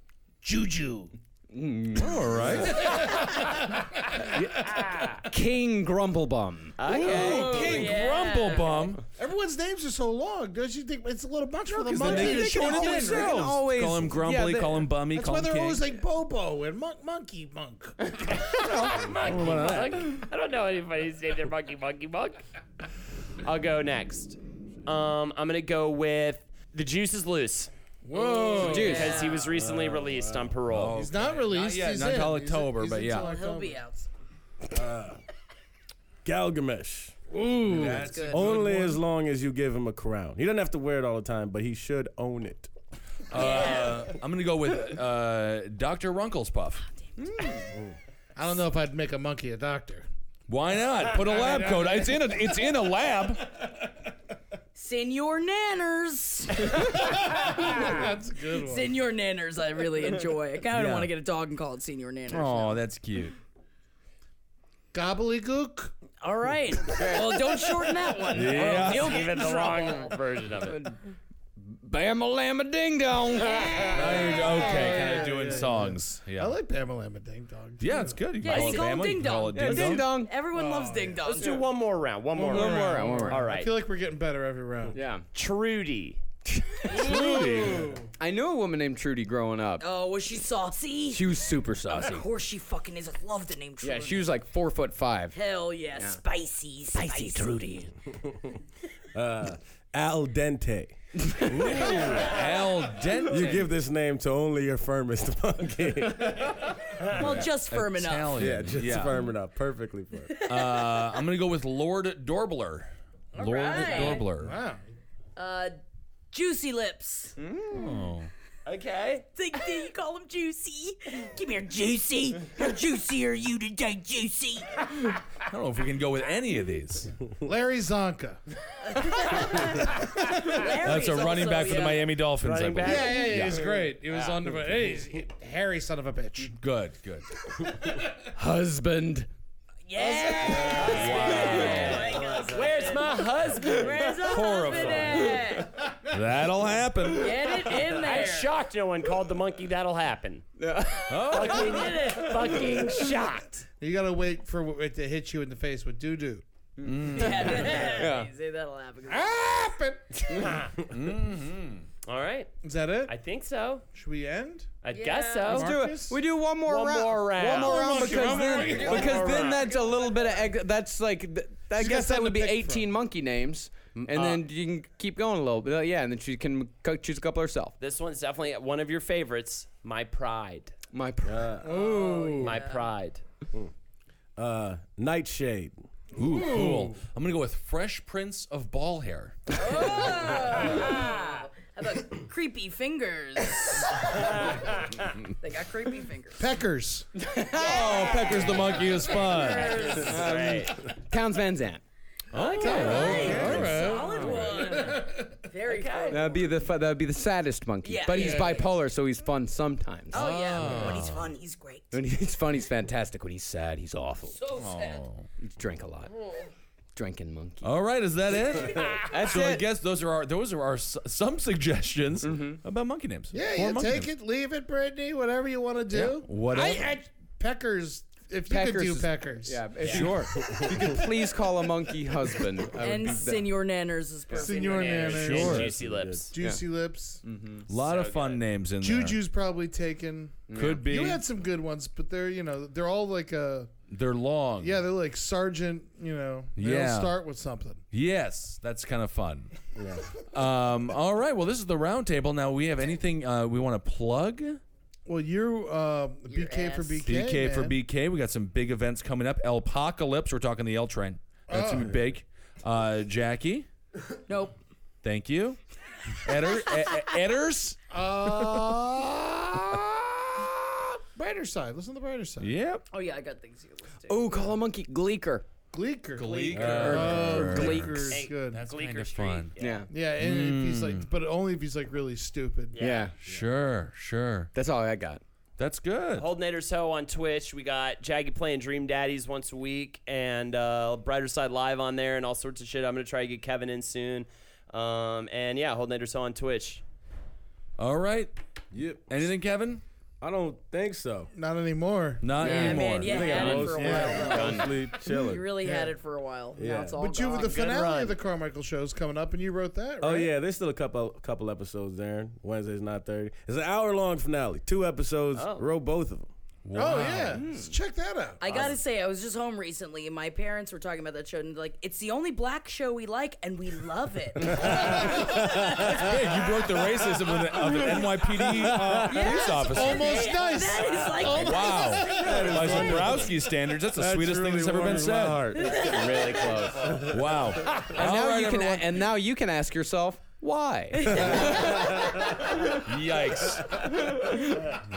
S20: Juju.
S8: All right.
S6: King Grumblebum.
S8: King
S9: yeah.
S8: Grumblebum.
S10: Everyone's names are so long. Don't you think it's a little bunch for the
S8: 'Cause then
S10: monkey?
S8: they can shorten it
S10: always-
S8: themselves.
S6: can always-
S8: call him Grumbly,
S6: yeah, they-
S8: call him Bummy,
S10: That's
S8: call
S10: why
S8: him
S10: they're
S8: King.
S10: always like Bobo and Monk Monkey Monk.
S11: I don't know anybody's named their monkey, monkey, monk. I'll go next. Um, I'm gonna go with the juice is loose
S8: Whoa.
S6: Juice.
S11: because he was recently released on parole.
S10: He's not released.
S8: yet,
S10: He's
S8: not
S10: in.
S8: till
S10: He's in-
S8: October,
S10: he's
S8: but
S10: in
S8: yeah.
S10: till
S9: He'll
S10: October.
S9: be out.
S19: Galgamesh.
S11: Ooh,
S8: That's That's a good. good
S11: only
S8: one.
S11: as long as you give him a crown. He doesn't have to wear it all the time, but he should own it.
S8: Uh, I'm gonna go with uh, Doctor Runkelspuff.
S10: I don't know if I'd make a monkey a doctor.
S8: Why not? Put a lab coat. It's in a. It's in a lab.
S9: Senor Nanners. That's
S10: a good
S9: one. Senor Nanners, I really enjoy. I kind of
S8: Yeah.
S9: want to get a dog and call it Senor Nanners.
S8: Oh, that's cute.
S10: Gobbledygook.
S9: All right. Well, don't shorten that one.
S8: Yeah.
S9: Or you'll get
S8: Give it
S9: in
S8: the
S9: trouble.
S21: version of it.
S6: Bam a lam a ding dong.
S8: Okay, kind of doing songs. Yeah.
S10: I like Bama Lama Ding Dong.
S8: Yeah, it's good. You
S9: Yeah,
S8: call
S9: you
S8: it
S9: call him
S8: Bama, you
S9: Ding
S8: call
S9: Dong.
S8: it Ding Dong.
S9: Everyone loves Ding Dong.
S21: Let's do one more round. One more round. All right.
S10: I feel like we're getting better every round.
S21: yeah. Trudy.
S6: Trudy. I knew a woman named Trudy growing up.
S9: Oh, was she saucy?
S6: She was super saucy.
S9: Of course she fucking is. I love the name Trudy.
S6: Yeah, she was like four foot five.
S9: Hell yeah,
S6: Yeah.
S9: Spicy,
S6: Spicy
S9: spicy.
S6: Trudy.
S11: Uh, al dente.
S8: al dente.
S11: You give this name to only your firmest monkey.
S9: Well, just firm enough.
S11: Yeah, just firm it up. Perfectly firm.
S8: Uh, I'm gonna go with Lord Dorbler. Lord
S9: right.
S8: Dorbler.
S9: Uh, juicy lips.
S8: Oh.
S21: Okay.
S9: Think that you call him juicy. Come here, juicy. How juicy are you today, juicy?
S8: I don't know if we can go with any of these.
S10: Larry Zonka.
S8: That's a running back for
S9: uh,
S8: the Miami Dolphins. I believe.
S10: Yeah, yeah, yeah, He was great. He was on the. Hey, he's he- hairy son of a bitch.
S8: Good, good.
S6: Husband.
S21: Where's my husband?
S9: Where's the
S8: Horrifying.
S9: husband at?
S8: That'll happen.
S9: Get it in
S21: I'm
S9: there.
S21: shocked no one called the monkey that'll happen. fucking, fucking shocked.
S10: You gotta wait for it to hit you in the face with doo doo.
S9: yeah. Say that'll happen.
S21: All right.
S10: Is that it?
S21: I think so.
S10: Should we end?
S21: I guess so.
S6: Let's do it.
S10: Marcus?
S6: We do one more
S21: One
S6: round.
S21: more round.
S6: One more round
S10: Monkey,
S6: because
S10: one more
S6: then,
S10: monkey, one
S6: because
S21: more
S6: then
S21: round.
S6: that's a little bit of egg. That's like th- I
S10: She's got
S6: guess that
S10: something
S6: would be
S10: to pick
S6: 18 monkey names, and
S21: Uh.
S6: then you can keep going a little bit. Yeah, and then she can co- choose a couple herself.
S21: This one's definitely one of your favorites. My pride.
S6: My pr-
S21: My pride.
S11: Uh, nightshade.
S8: Ooh, cool. I'm gonna go with Fresh Prince of Ball Hair.
S9: Ah, How about creepy fingers? they got creepy fingers.
S10: Peckers.
S8: Oh, Pecker's the monkey is fun.
S6: Towns Van Zandt.
S8: Okay.
S9: All right. Solid one. Very fun.
S6: That'd be the fu- that'd be the saddest monkey.
S9: Yeah.
S6: But he's
S9: Yeah.
S6: bipolar, so he's fun sometimes.
S9: Oh, yeah. When he's fun, he's great.
S6: When he's fun, he's fantastic. When he's sad, he's awful.
S9: So sad.
S6: He drink a lot. Drinking monkey.
S8: All right, is that it? That's so I guess those are our those are our s- some suggestions about monkey names.
S10: Yeah,
S8: Four
S10: you
S8: monkey
S10: take
S8: names.
S10: it, leave it, Brittany, whatever you want to do.
S8: Yeah, whatever.
S10: I, I, peckers, if you could
S6: Peckers
S10: do
S6: is-
S10: peckers.
S6: Yeah, if you- sure. If you could please call a monkey husband. I would
S9: And
S6: be-
S9: Senor Nanners is perfect.
S10: Senor Nana.
S21: And Juicy lips.
S10: Juicy Lips.
S8: A lot of fun names in
S10: Juju's probably taken.
S8: there. Could be.
S10: You had some good ones, but they're, you know, they're all like a.
S8: They're long.
S10: Yeah, they're like Sergeant, you know. They
S8: Yeah.
S10: all start with something.
S8: Yes, that's kind of fun. Um, all right. Well, this is the roundtable. Now we have anything uh, we want to plug?
S10: Well, you're uh, BK for
S9: ass.
S10: BK.
S8: BK for
S10: man.
S8: BK. We got some big events coming up. Elpocalypse. We're talking the L train. That's
S10: Oh.
S8: gonna be big. Uh, Jackie,
S9: Nope.
S8: thank you. Edder, e- e- Edders.
S10: Uh, brighter side. Listen to the brighter side.
S8: Yep.
S9: Oh, yeah, I got things you can listen to.
S6: Ooh, Oh, call a monkey Gleeker.
S10: Gleeker.
S8: Gleeker.
S10: Oh,
S8: Gleeker.
S10: Gleeker's good.
S8: That's kind of fun.
S6: Yeah.
S10: yeah, and if he's like, but only if he's like really stupid.
S6: yeah.
S8: Sure, sure.
S6: That's all I got.
S8: That's good.
S21: Hold Nader's Ho on Twitch. We got Jaggy playing Dream Daddies once a week and uh, Brighter Side Live on there and all sorts of shit. I'm going to try to get Kevin in soon. Um, and yeah, Hold Nader's Ho on Twitch.
S8: All right.
S11: Yep.
S8: Anything, Kevin?
S11: I don't think so.
S10: Not anymore.
S8: Not
S9: Yeah,
S8: anymore.
S9: man, yeah.
S11: I think
S9: had it
S11: I'm
S9: for a
S11: mostly,
S9: while.
S11: mostly
S9: You
S11: chilling.
S9: really had it for a while. Now
S11: Yeah.
S9: it's all
S10: But you,
S9: gone.
S10: the finale
S21: run.
S10: of the Carmichael show is coming up, and you wrote that, right?
S11: Oh yeah, there's still a couple couple
S9: Oh.
S11: episodes there. Wednesday's not thirty. It's an hour long finale. Two episodes. Row both of them.
S10: Oh yeah, Let's check that out.
S9: I gotta say, I was just home recently, and my parents were talking about that show, and they're like, "It's the only black show we like, and we love it."
S8: That's big. You broke the racism of an, of an NYPD uh, police officer.
S10: Almost nice.
S9: That is like
S8: Oh Wow. By Zabrowski standards, that's the
S11: That's
S8: sweetest
S11: really
S8: thing that's ever
S11: warming
S8: been
S11: my
S8: said.
S11: heart.
S6: really close.
S8: Wow.
S3: And now,
S8: All right,
S3: you can,
S8: everyone.
S3: and now you can ask yourself, why?
S8: Yikes.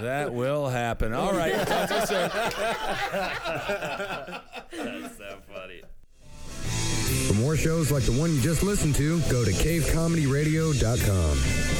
S8: That will happen. All right. Talk to you soon.
S6: That's so funny.
S22: For more shows like the one you just listened to, go to cavecomedyradio.com.